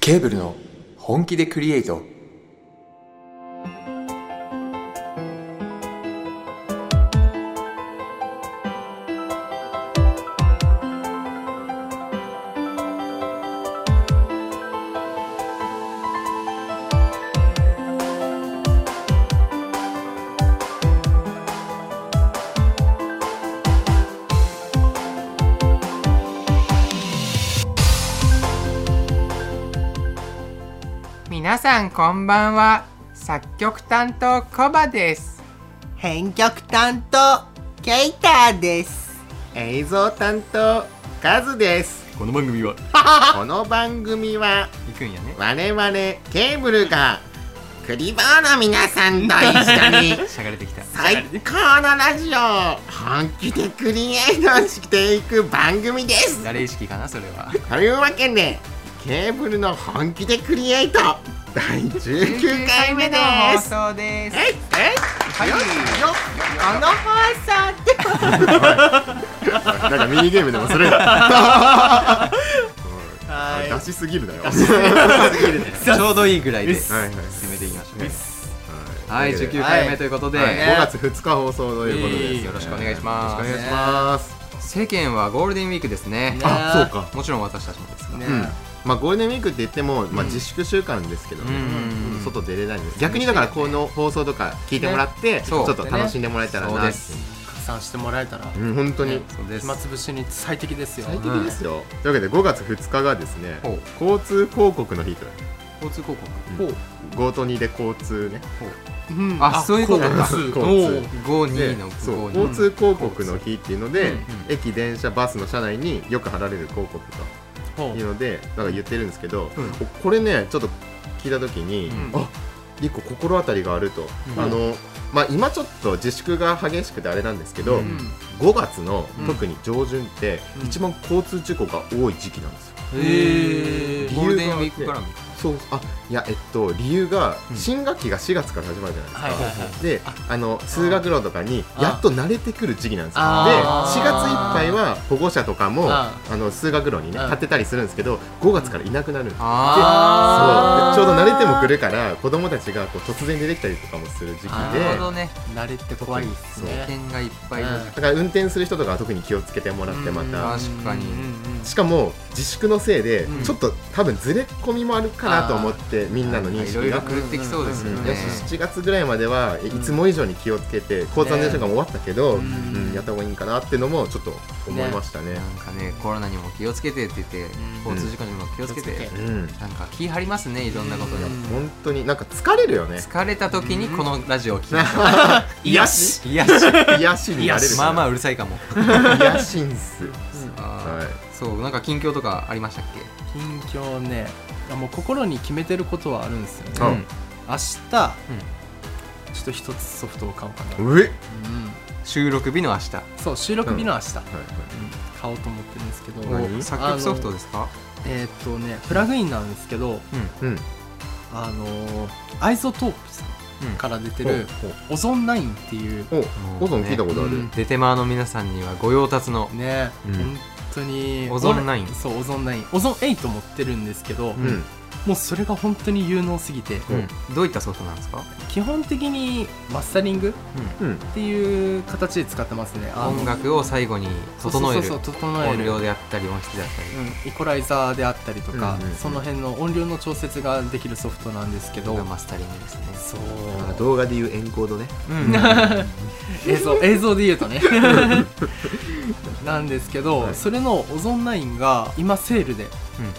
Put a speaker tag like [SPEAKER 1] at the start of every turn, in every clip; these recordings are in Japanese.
[SPEAKER 1] ケーブルの本気でクリエイト
[SPEAKER 2] 皆さんこんばんは作曲担当コバです
[SPEAKER 3] 編曲担当ケイターです
[SPEAKER 4] 映像担当カズです
[SPEAKER 5] この番組は
[SPEAKER 4] この番組は
[SPEAKER 5] 行くんやね
[SPEAKER 4] 我々ケーブルがクリボーの皆さんと一緒に
[SPEAKER 5] しゃがれてきた
[SPEAKER 4] 最高のラジオを本気でクリエイトしていく番組です
[SPEAKER 5] 誰意識かなそれは
[SPEAKER 4] というわけでケーブルの本気でクリエイト第19回目で
[SPEAKER 2] 19
[SPEAKER 4] す
[SPEAKER 2] 放送です
[SPEAKER 4] えいえい
[SPEAKER 2] はい
[SPEAKER 4] よいよ
[SPEAKER 2] この放送で
[SPEAKER 5] なんかミニゲームでもそれだ
[SPEAKER 3] は
[SPEAKER 5] 出しすぎるだよ
[SPEAKER 3] い
[SPEAKER 5] ちょうどいいぐらいで
[SPEAKER 3] うっす
[SPEAKER 5] はいはい進めていきましょうねはい
[SPEAKER 3] という
[SPEAKER 5] 19
[SPEAKER 3] わけで
[SPEAKER 5] 回目ということで
[SPEAKER 3] はい
[SPEAKER 5] 5
[SPEAKER 3] はい
[SPEAKER 5] 月2日放送ということです
[SPEAKER 3] いい
[SPEAKER 5] よろしくお願いしま
[SPEAKER 3] よろしくお願いしますす
[SPEAKER 5] ます世間はゴールデンウィークですね
[SPEAKER 3] ね
[SPEAKER 5] あ
[SPEAKER 3] あ
[SPEAKER 5] そうかもちろん私たちもですが
[SPEAKER 3] ね
[SPEAKER 5] うん
[SPEAKER 4] まあゴールデンウィークって言っても、まあ、自粛週間ですけどね、
[SPEAKER 5] うん
[SPEAKER 4] 外出れないんです逆にだからこの放送とか聞いてもらって、ち
[SPEAKER 5] そう
[SPEAKER 4] ょっと楽しんでもらえたらな
[SPEAKER 5] そうで
[SPEAKER 4] って
[SPEAKER 5] す
[SPEAKER 3] 拡散してもらえたら
[SPEAKER 4] うん本当に
[SPEAKER 5] そうです
[SPEAKER 3] 暇つぶしに最適ですよ
[SPEAKER 4] 最適ですよ、というわけで5月2日がですね
[SPEAKER 5] ほう
[SPEAKER 4] 交通広告の日と
[SPEAKER 5] 交通広告
[SPEAKER 3] ほう
[SPEAKER 4] 強盗にで交通ね
[SPEAKER 3] うん
[SPEAKER 5] あそういうことか
[SPEAKER 4] 交
[SPEAKER 3] 交通
[SPEAKER 4] 通
[SPEAKER 3] おう
[SPEAKER 5] 52
[SPEAKER 4] で
[SPEAKER 5] の
[SPEAKER 4] そう
[SPEAKER 5] 5
[SPEAKER 4] 交
[SPEAKER 5] に
[SPEAKER 4] 通広告の日っていうので、
[SPEAKER 3] うん
[SPEAKER 4] 駅電車バスの車内によく貼られる広告
[SPEAKER 3] ほ
[SPEAKER 4] という
[SPEAKER 3] う
[SPEAKER 4] のでなんか言ってるんですけど、
[SPEAKER 5] うん
[SPEAKER 4] これねちょっと聞いた時に、
[SPEAKER 5] うん
[SPEAKER 4] あ一個心当たりがあると、
[SPEAKER 5] うん
[SPEAKER 4] あのまあ、今ちょっと自粛が激しくてあれなんですけど、
[SPEAKER 5] うん
[SPEAKER 4] 5月の
[SPEAKER 5] うん
[SPEAKER 4] 特に上旬って
[SPEAKER 3] うん
[SPEAKER 4] 一番交通事故が多い時期なんですよ。理由があって
[SPEAKER 5] へーゴールデンウィークからみたい
[SPEAKER 4] そうあいやえっと理由が
[SPEAKER 5] うん
[SPEAKER 4] 新学期が4月から始まるじゃないですか。
[SPEAKER 3] はいはいはい
[SPEAKER 4] であの通学路とかに
[SPEAKER 3] あ
[SPEAKER 4] やっと慣れてくる時期なんですよで4
[SPEAKER 3] あ
[SPEAKER 4] 月いっぱいは保護者とかも
[SPEAKER 3] あ
[SPEAKER 4] あの通学路にね
[SPEAKER 3] うん
[SPEAKER 4] 立てたりするんですけど5月からいなくなるんですよそう
[SPEAKER 3] あ
[SPEAKER 4] でちょうど慣れても
[SPEAKER 3] く
[SPEAKER 4] くるから子供たちがこう突然出てきたりとかもする時期
[SPEAKER 5] な
[SPEAKER 4] で
[SPEAKER 5] なるほどね
[SPEAKER 3] 慣れって怖いですね
[SPEAKER 5] 点がいっぱいの時期
[SPEAKER 4] だから運転する人とかは特に気をつけてもらってまた
[SPEAKER 5] うん確かに
[SPEAKER 3] うんうんうん
[SPEAKER 4] しかも自粛のせいで、
[SPEAKER 5] うん
[SPEAKER 4] ちょっと多分ずれ込みもあるかなと思ってみんなの認
[SPEAKER 5] いろ
[SPEAKER 4] 識
[SPEAKER 5] いろ
[SPEAKER 4] が。
[SPEAKER 5] 狂ってきそうですよ
[SPEAKER 3] うん
[SPEAKER 4] よ
[SPEAKER 3] うん
[SPEAKER 5] ね
[SPEAKER 4] し7月ぐらいまではいつも以上に気をつけて交通安全とかも終わったけど、
[SPEAKER 3] ねうん
[SPEAKER 4] うんやった方がいいんかなってのもちょっと思いましたね
[SPEAKER 5] なんかねコロナにも気をつけてって言って
[SPEAKER 3] うん
[SPEAKER 5] 交通事故にも気をつけ
[SPEAKER 3] 気をつけ
[SPEAKER 5] て
[SPEAKER 3] て
[SPEAKER 4] うん
[SPEAKER 5] なんか気張りますねいろんなことで
[SPEAKER 3] うん
[SPEAKER 4] 本当になんか疲れるよね
[SPEAKER 5] 疲れた時にこのラジオを聞く
[SPEAKER 4] 癒し
[SPEAKER 5] いやし
[SPEAKER 4] 癒しになれる
[SPEAKER 5] まあまあ
[SPEAKER 4] あ
[SPEAKER 5] うるさいかも
[SPEAKER 4] 癒しんす
[SPEAKER 5] あ
[SPEAKER 4] は
[SPEAKER 5] ーそうなんか近況とかありましたっけ
[SPEAKER 3] 近況ねあもう心に決めてることはあるんですよね
[SPEAKER 4] あ
[SPEAKER 5] うん
[SPEAKER 3] 明日ちょっと一つソフトを買おうかな
[SPEAKER 4] いうえ
[SPEAKER 5] 収録日の明日
[SPEAKER 3] そう収録日の明日
[SPEAKER 4] は
[SPEAKER 3] 買おうと思ってるんですけど
[SPEAKER 4] 何
[SPEAKER 5] お作曲ソフトですか
[SPEAKER 3] えーっとねプラグインなんですけど
[SPEAKER 4] いうん
[SPEAKER 3] あのーアイゾトープさんから出てる
[SPEAKER 4] ほう
[SPEAKER 3] オゾンナインっていう
[SPEAKER 4] ほうおおゾン聞いたことある
[SPEAKER 3] うん
[SPEAKER 5] デテマーの皆さんにはご用達の
[SPEAKER 3] ね
[SPEAKER 4] うん
[SPEAKER 3] 本当に
[SPEAKER 5] オゾンナイン
[SPEAKER 3] 俺そうオゾンナインオゾン8持ってるんですけ
[SPEAKER 4] うん
[SPEAKER 3] ど
[SPEAKER 4] うん
[SPEAKER 3] もうそれが本当に有能すぎて
[SPEAKER 5] うんどういったソフトなんですか
[SPEAKER 3] 基本的にマスタリング
[SPEAKER 4] うん
[SPEAKER 3] っていう形で使ってますねあの
[SPEAKER 5] 音楽を最後に整える
[SPEAKER 3] そうそうそう整え
[SPEAKER 5] 音
[SPEAKER 3] る
[SPEAKER 5] 量であったり音質であったり
[SPEAKER 3] うん、イコライザーであったりと
[SPEAKER 4] うん
[SPEAKER 3] か、
[SPEAKER 4] うんうん
[SPEAKER 3] その辺の音量の調節ができるソフトなんですけど、
[SPEAKER 5] がマスタリングですね
[SPEAKER 3] そう
[SPEAKER 4] あ動画でいうエンコードね
[SPEAKER 3] 映像映像で言うとねなんですけど、それのオゾンナインが今セールで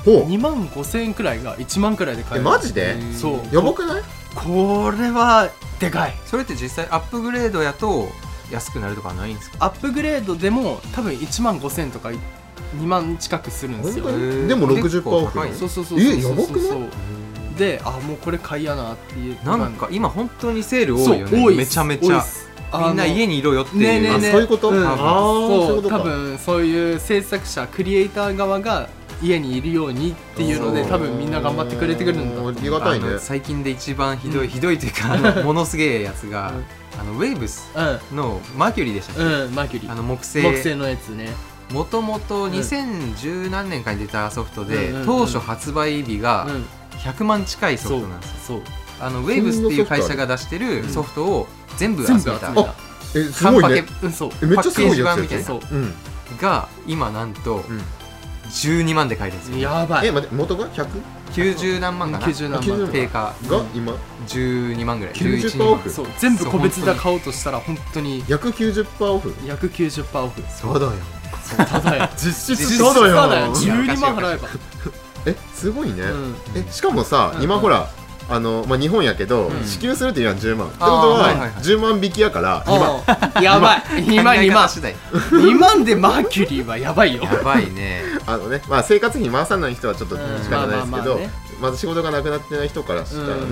[SPEAKER 4] ほ
[SPEAKER 3] 2万5000円くらいが1万くらいで買える
[SPEAKER 4] えマジで
[SPEAKER 3] そう
[SPEAKER 4] うやばくない
[SPEAKER 3] これはでかい
[SPEAKER 5] それって実際アップグレードやと安くなるとかはないんですか
[SPEAKER 3] アップグレードでも多分1万5000とか2万近くするんですよ
[SPEAKER 4] 本当に
[SPEAKER 5] へー
[SPEAKER 4] でも60%
[SPEAKER 5] 結構高い
[SPEAKER 4] オフ
[SPEAKER 3] そうそうそう
[SPEAKER 4] え
[SPEAKER 3] そうそう
[SPEAKER 4] やば
[SPEAKER 3] そうであもうこれ買いやなっていう
[SPEAKER 5] なんか今本当にセール
[SPEAKER 3] そ
[SPEAKER 5] 多
[SPEAKER 3] う
[SPEAKER 5] いよね
[SPEAKER 3] 多いっす
[SPEAKER 5] めちゃめ
[SPEAKER 3] 多
[SPEAKER 5] ち
[SPEAKER 3] いっ
[SPEAKER 5] ゃ
[SPEAKER 3] す
[SPEAKER 5] みんな家
[SPEAKER 3] に
[SPEAKER 5] にいろよっていう
[SPEAKER 3] ねえねえねえ
[SPEAKER 4] あそういうこと
[SPEAKER 3] うん
[SPEAKER 4] あーそう
[SPEAKER 3] そ
[SPEAKER 4] いう
[SPEAKER 3] う
[SPEAKER 4] ことか
[SPEAKER 3] 多分そういう制作者クリエイター側が家にいるようにっていうので
[SPEAKER 4] おー
[SPEAKER 3] 多分みんな頑張ってくれてくるんだと思
[SPEAKER 4] あ
[SPEAKER 3] う
[SPEAKER 4] りがたいね
[SPEAKER 5] あの最近で一番ひどい、
[SPEAKER 3] うん
[SPEAKER 5] ひどいというかあのものすげえやつが、
[SPEAKER 3] うん
[SPEAKER 5] あのウェーブスのマーキュリーでしたっけ、
[SPEAKER 3] うんうんマーキュリ
[SPEAKER 5] あ
[SPEAKER 3] ー
[SPEAKER 5] の木製
[SPEAKER 3] 木製のやつね
[SPEAKER 5] もともと2010何年かに出たソフトで、
[SPEAKER 3] うんうんうん
[SPEAKER 5] 当初発売日が
[SPEAKER 3] うん
[SPEAKER 5] 100万近いソ
[SPEAKER 3] そ
[SPEAKER 5] フ
[SPEAKER 3] う
[SPEAKER 5] トなんですよ
[SPEAKER 3] そう
[SPEAKER 5] あのウェーブスっていう会社が出してるソフトを全部集
[SPEAKER 3] 全
[SPEAKER 5] め
[SPEAKER 3] 部集め
[SPEAKER 5] た
[SPEAKER 3] た
[SPEAKER 4] えすごいね
[SPEAKER 3] うんそう
[SPEAKER 4] えめっちゃすごいやつや
[SPEAKER 5] パッケージ版みたい
[SPEAKER 4] つ
[SPEAKER 5] な
[SPEAKER 3] そう
[SPEAKER 4] うん
[SPEAKER 5] が今なんと
[SPEAKER 4] うん
[SPEAKER 5] 12万で買えるんですよ
[SPEAKER 3] やばい
[SPEAKER 4] え待って元が 100?
[SPEAKER 5] 90何万かな
[SPEAKER 3] 90何万
[SPEAKER 4] 90
[SPEAKER 5] 定価
[SPEAKER 4] が今
[SPEAKER 5] 12万ぐらい
[SPEAKER 4] 90%
[SPEAKER 5] 11万
[SPEAKER 4] オフ
[SPEAKER 3] そう全部個別で買おうとしたら本当に
[SPEAKER 4] 約90%オフ
[SPEAKER 3] 約90%オフ
[SPEAKER 5] そうだよ
[SPEAKER 3] ただや
[SPEAKER 4] 実
[SPEAKER 5] 質
[SPEAKER 4] ただ
[SPEAKER 3] ただや
[SPEAKER 4] よ
[SPEAKER 3] 12万払えば
[SPEAKER 4] えすごいね、
[SPEAKER 3] うん
[SPEAKER 4] えしかもさ、
[SPEAKER 3] うん
[SPEAKER 4] 今ほらあの、まあ、日本やけど、
[SPEAKER 5] うん
[SPEAKER 4] 支給するって言うやん10万ってこと
[SPEAKER 5] はいはい
[SPEAKER 4] は
[SPEAKER 5] はい
[SPEAKER 4] 10万引きやから今
[SPEAKER 3] おうやばい2万
[SPEAKER 5] 考え
[SPEAKER 3] 2
[SPEAKER 5] 方
[SPEAKER 3] 万
[SPEAKER 5] 次第
[SPEAKER 3] 2万でマーキュリーはやばいよ
[SPEAKER 5] やばいね
[SPEAKER 4] あのね、まあ、生活費回さない人はちょっと
[SPEAKER 3] うん
[SPEAKER 4] 仕方ないですけ
[SPEAKER 3] まあまあま
[SPEAKER 4] ど
[SPEAKER 3] あね
[SPEAKER 4] まず仕事がなくなってない人からしたらね、
[SPEAKER 3] う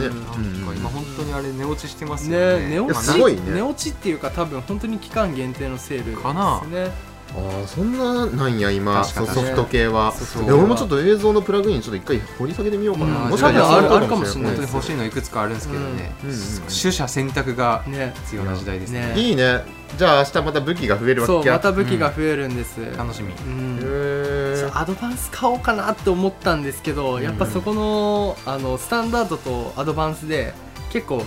[SPEAKER 3] ん
[SPEAKER 4] うん
[SPEAKER 5] 今本当にあれ値落ちしてますよね
[SPEAKER 3] ね、値落ち
[SPEAKER 4] いやすごいね
[SPEAKER 3] 値落ちっていうか多分本当に期間限定のセール
[SPEAKER 5] かな
[SPEAKER 3] ですね
[SPEAKER 4] ああそんななんや今
[SPEAKER 5] 確か
[SPEAKER 4] そ
[SPEAKER 5] に
[SPEAKER 4] ソフト系は
[SPEAKER 5] そう
[SPEAKER 4] い
[SPEAKER 5] そう
[SPEAKER 4] や俺もちょっと映像のプラグインちょっと一回掘り下げてみようかな、
[SPEAKER 3] うん
[SPEAKER 4] もしかしたら
[SPEAKER 5] 多
[SPEAKER 4] そう
[SPEAKER 5] 分あ
[SPEAKER 3] る
[SPEAKER 5] 本
[SPEAKER 3] ある
[SPEAKER 5] 当
[SPEAKER 3] か
[SPEAKER 5] に欲しいのいくつかあるんですけどね
[SPEAKER 4] うんうんうん
[SPEAKER 5] 取捨選択が
[SPEAKER 3] ね
[SPEAKER 5] 必要な時代ですね
[SPEAKER 3] ね
[SPEAKER 4] いいねじゃあ明日また武器が増えるわけ
[SPEAKER 3] そう
[SPEAKER 4] や
[SPEAKER 3] また武器が増えるんです、うん
[SPEAKER 5] 楽しみ
[SPEAKER 4] へー
[SPEAKER 3] アドバンス買おうかなって思ったんですけど、やっぱそこのあのスタンダードとアドバンスで結構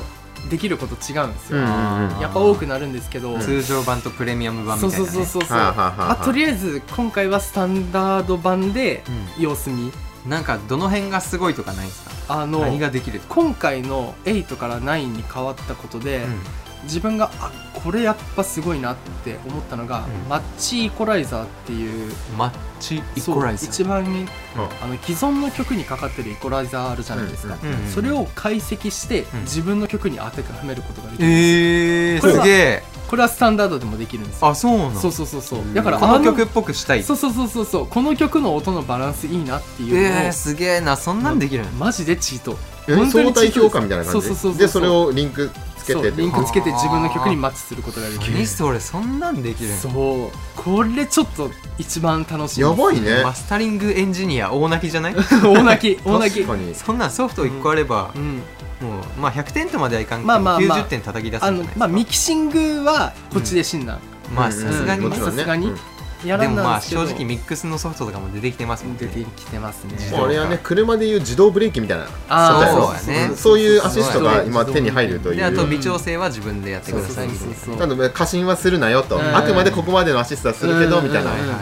[SPEAKER 3] できること違うんです
[SPEAKER 4] うん
[SPEAKER 3] よ、
[SPEAKER 4] うんうん
[SPEAKER 5] あー
[SPEAKER 3] やっぱ多くなるんですけど、
[SPEAKER 5] 通常版とプレミアム版
[SPEAKER 3] そう
[SPEAKER 5] みたい
[SPEAKER 3] そう
[SPEAKER 5] な
[SPEAKER 3] そう
[SPEAKER 5] ね
[SPEAKER 3] そうそう、
[SPEAKER 4] はあはあはあ
[SPEAKER 3] まあ、とりあえず今回はスタンダード版で
[SPEAKER 5] う
[SPEAKER 3] 様子見、
[SPEAKER 5] なんかどの辺がすごいとかないですか
[SPEAKER 3] あの
[SPEAKER 5] 何ができるとか
[SPEAKER 3] 今回の8から9に変わったことで、自分があこれやっぱすごいなって思ったのが、
[SPEAKER 5] うん
[SPEAKER 3] マッチイコライザーっていう
[SPEAKER 5] マッチイコライザ
[SPEAKER 3] そう一
[SPEAKER 5] ー
[SPEAKER 3] 番にあの既存の曲にかかってるイコライザーあるじゃないですか、
[SPEAKER 5] うんうん
[SPEAKER 3] それを解析して、
[SPEAKER 5] うん
[SPEAKER 3] 自分の曲に当てはめることができる、
[SPEAKER 5] えー
[SPEAKER 3] これ
[SPEAKER 5] す
[SPEAKER 3] は
[SPEAKER 5] げえ
[SPEAKER 3] これはスタンダードでもできるんですよ
[SPEAKER 5] あそうなの
[SPEAKER 3] そうそうそうそうだから
[SPEAKER 5] この曲
[SPEAKER 3] あ
[SPEAKER 5] っぽくしたい
[SPEAKER 3] そうそうそうそうそうこの曲の音のバランスいいなっていうのを、
[SPEAKER 5] えーすげえなそんなんできるの
[SPEAKER 3] マジでチート
[SPEAKER 4] え
[SPEAKER 3] 本当
[SPEAKER 4] 相
[SPEAKER 3] に
[SPEAKER 4] 対評価みたいな感じ
[SPEAKER 3] そうそうそうそう
[SPEAKER 4] でそれをリンクつけ
[SPEAKER 3] そ
[SPEAKER 4] て
[SPEAKER 3] う
[SPEAKER 4] って
[SPEAKER 3] リンクつけて自分の曲にマッチすることができる
[SPEAKER 5] 何それそんなんできるの
[SPEAKER 3] そうこれちょっと一番楽しい
[SPEAKER 4] やばい
[SPEAKER 3] ね
[SPEAKER 4] ね
[SPEAKER 5] マスタリングエンジニア大泣きじゃない
[SPEAKER 3] 大泣き大泣
[SPEAKER 4] 確
[SPEAKER 3] き
[SPEAKER 4] かに
[SPEAKER 5] そんなんソフト1個あれば
[SPEAKER 3] う、ん
[SPEAKER 5] もうまあ100点とまではいかんけど、
[SPEAKER 3] まあまあまあ
[SPEAKER 5] 90点叩き出す
[SPEAKER 3] あ
[SPEAKER 5] んじ
[SPEAKER 3] の
[SPEAKER 5] ゃないですか
[SPEAKER 3] まあミキシングはこっちで診断、
[SPEAKER 5] ま
[SPEAKER 4] う
[SPEAKER 5] あ
[SPEAKER 4] んうん
[SPEAKER 5] さすがに
[SPEAKER 4] も
[SPEAKER 5] ね
[SPEAKER 4] ちろんね
[SPEAKER 3] さすがに
[SPEAKER 4] うん
[SPEAKER 3] や
[SPEAKER 5] で
[SPEAKER 3] らん
[SPEAKER 5] も
[SPEAKER 3] な
[SPEAKER 5] ま
[SPEAKER 3] ん
[SPEAKER 5] あ
[SPEAKER 3] ですけ
[SPEAKER 5] 正
[SPEAKER 3] ど
[SPEAKER 5] 直ミックスのソフトとかも出てきてますもんね
[SPEAKER 3] 出てきてますね
[SPEAKER 5] 自
[SPEAKER 4] もうあれはね車でいう自動ブレーキみたいな
[SPEAKER 3] あー
[SPEAKER 4] そう
[SPEAKER 5] そうやね
[SPEAKER 4] そういうアシストが今手に入るとい
[SPEAKER 5] であと
[SPEAKER 4] う
[SPEAKER 5] 微調整は自分でやってくださいみたいな
[SPEAKER 3] そう
[SPEAKER 4] なので過信はするなよと、
[SPEAKER 3] うん
[SPEAKER 4] あくまでここまでのアシストはするけどみたいな、
[SPEAKER 3] うん
[SPEAKER 4] い
[SPEAKER 5] はいはいは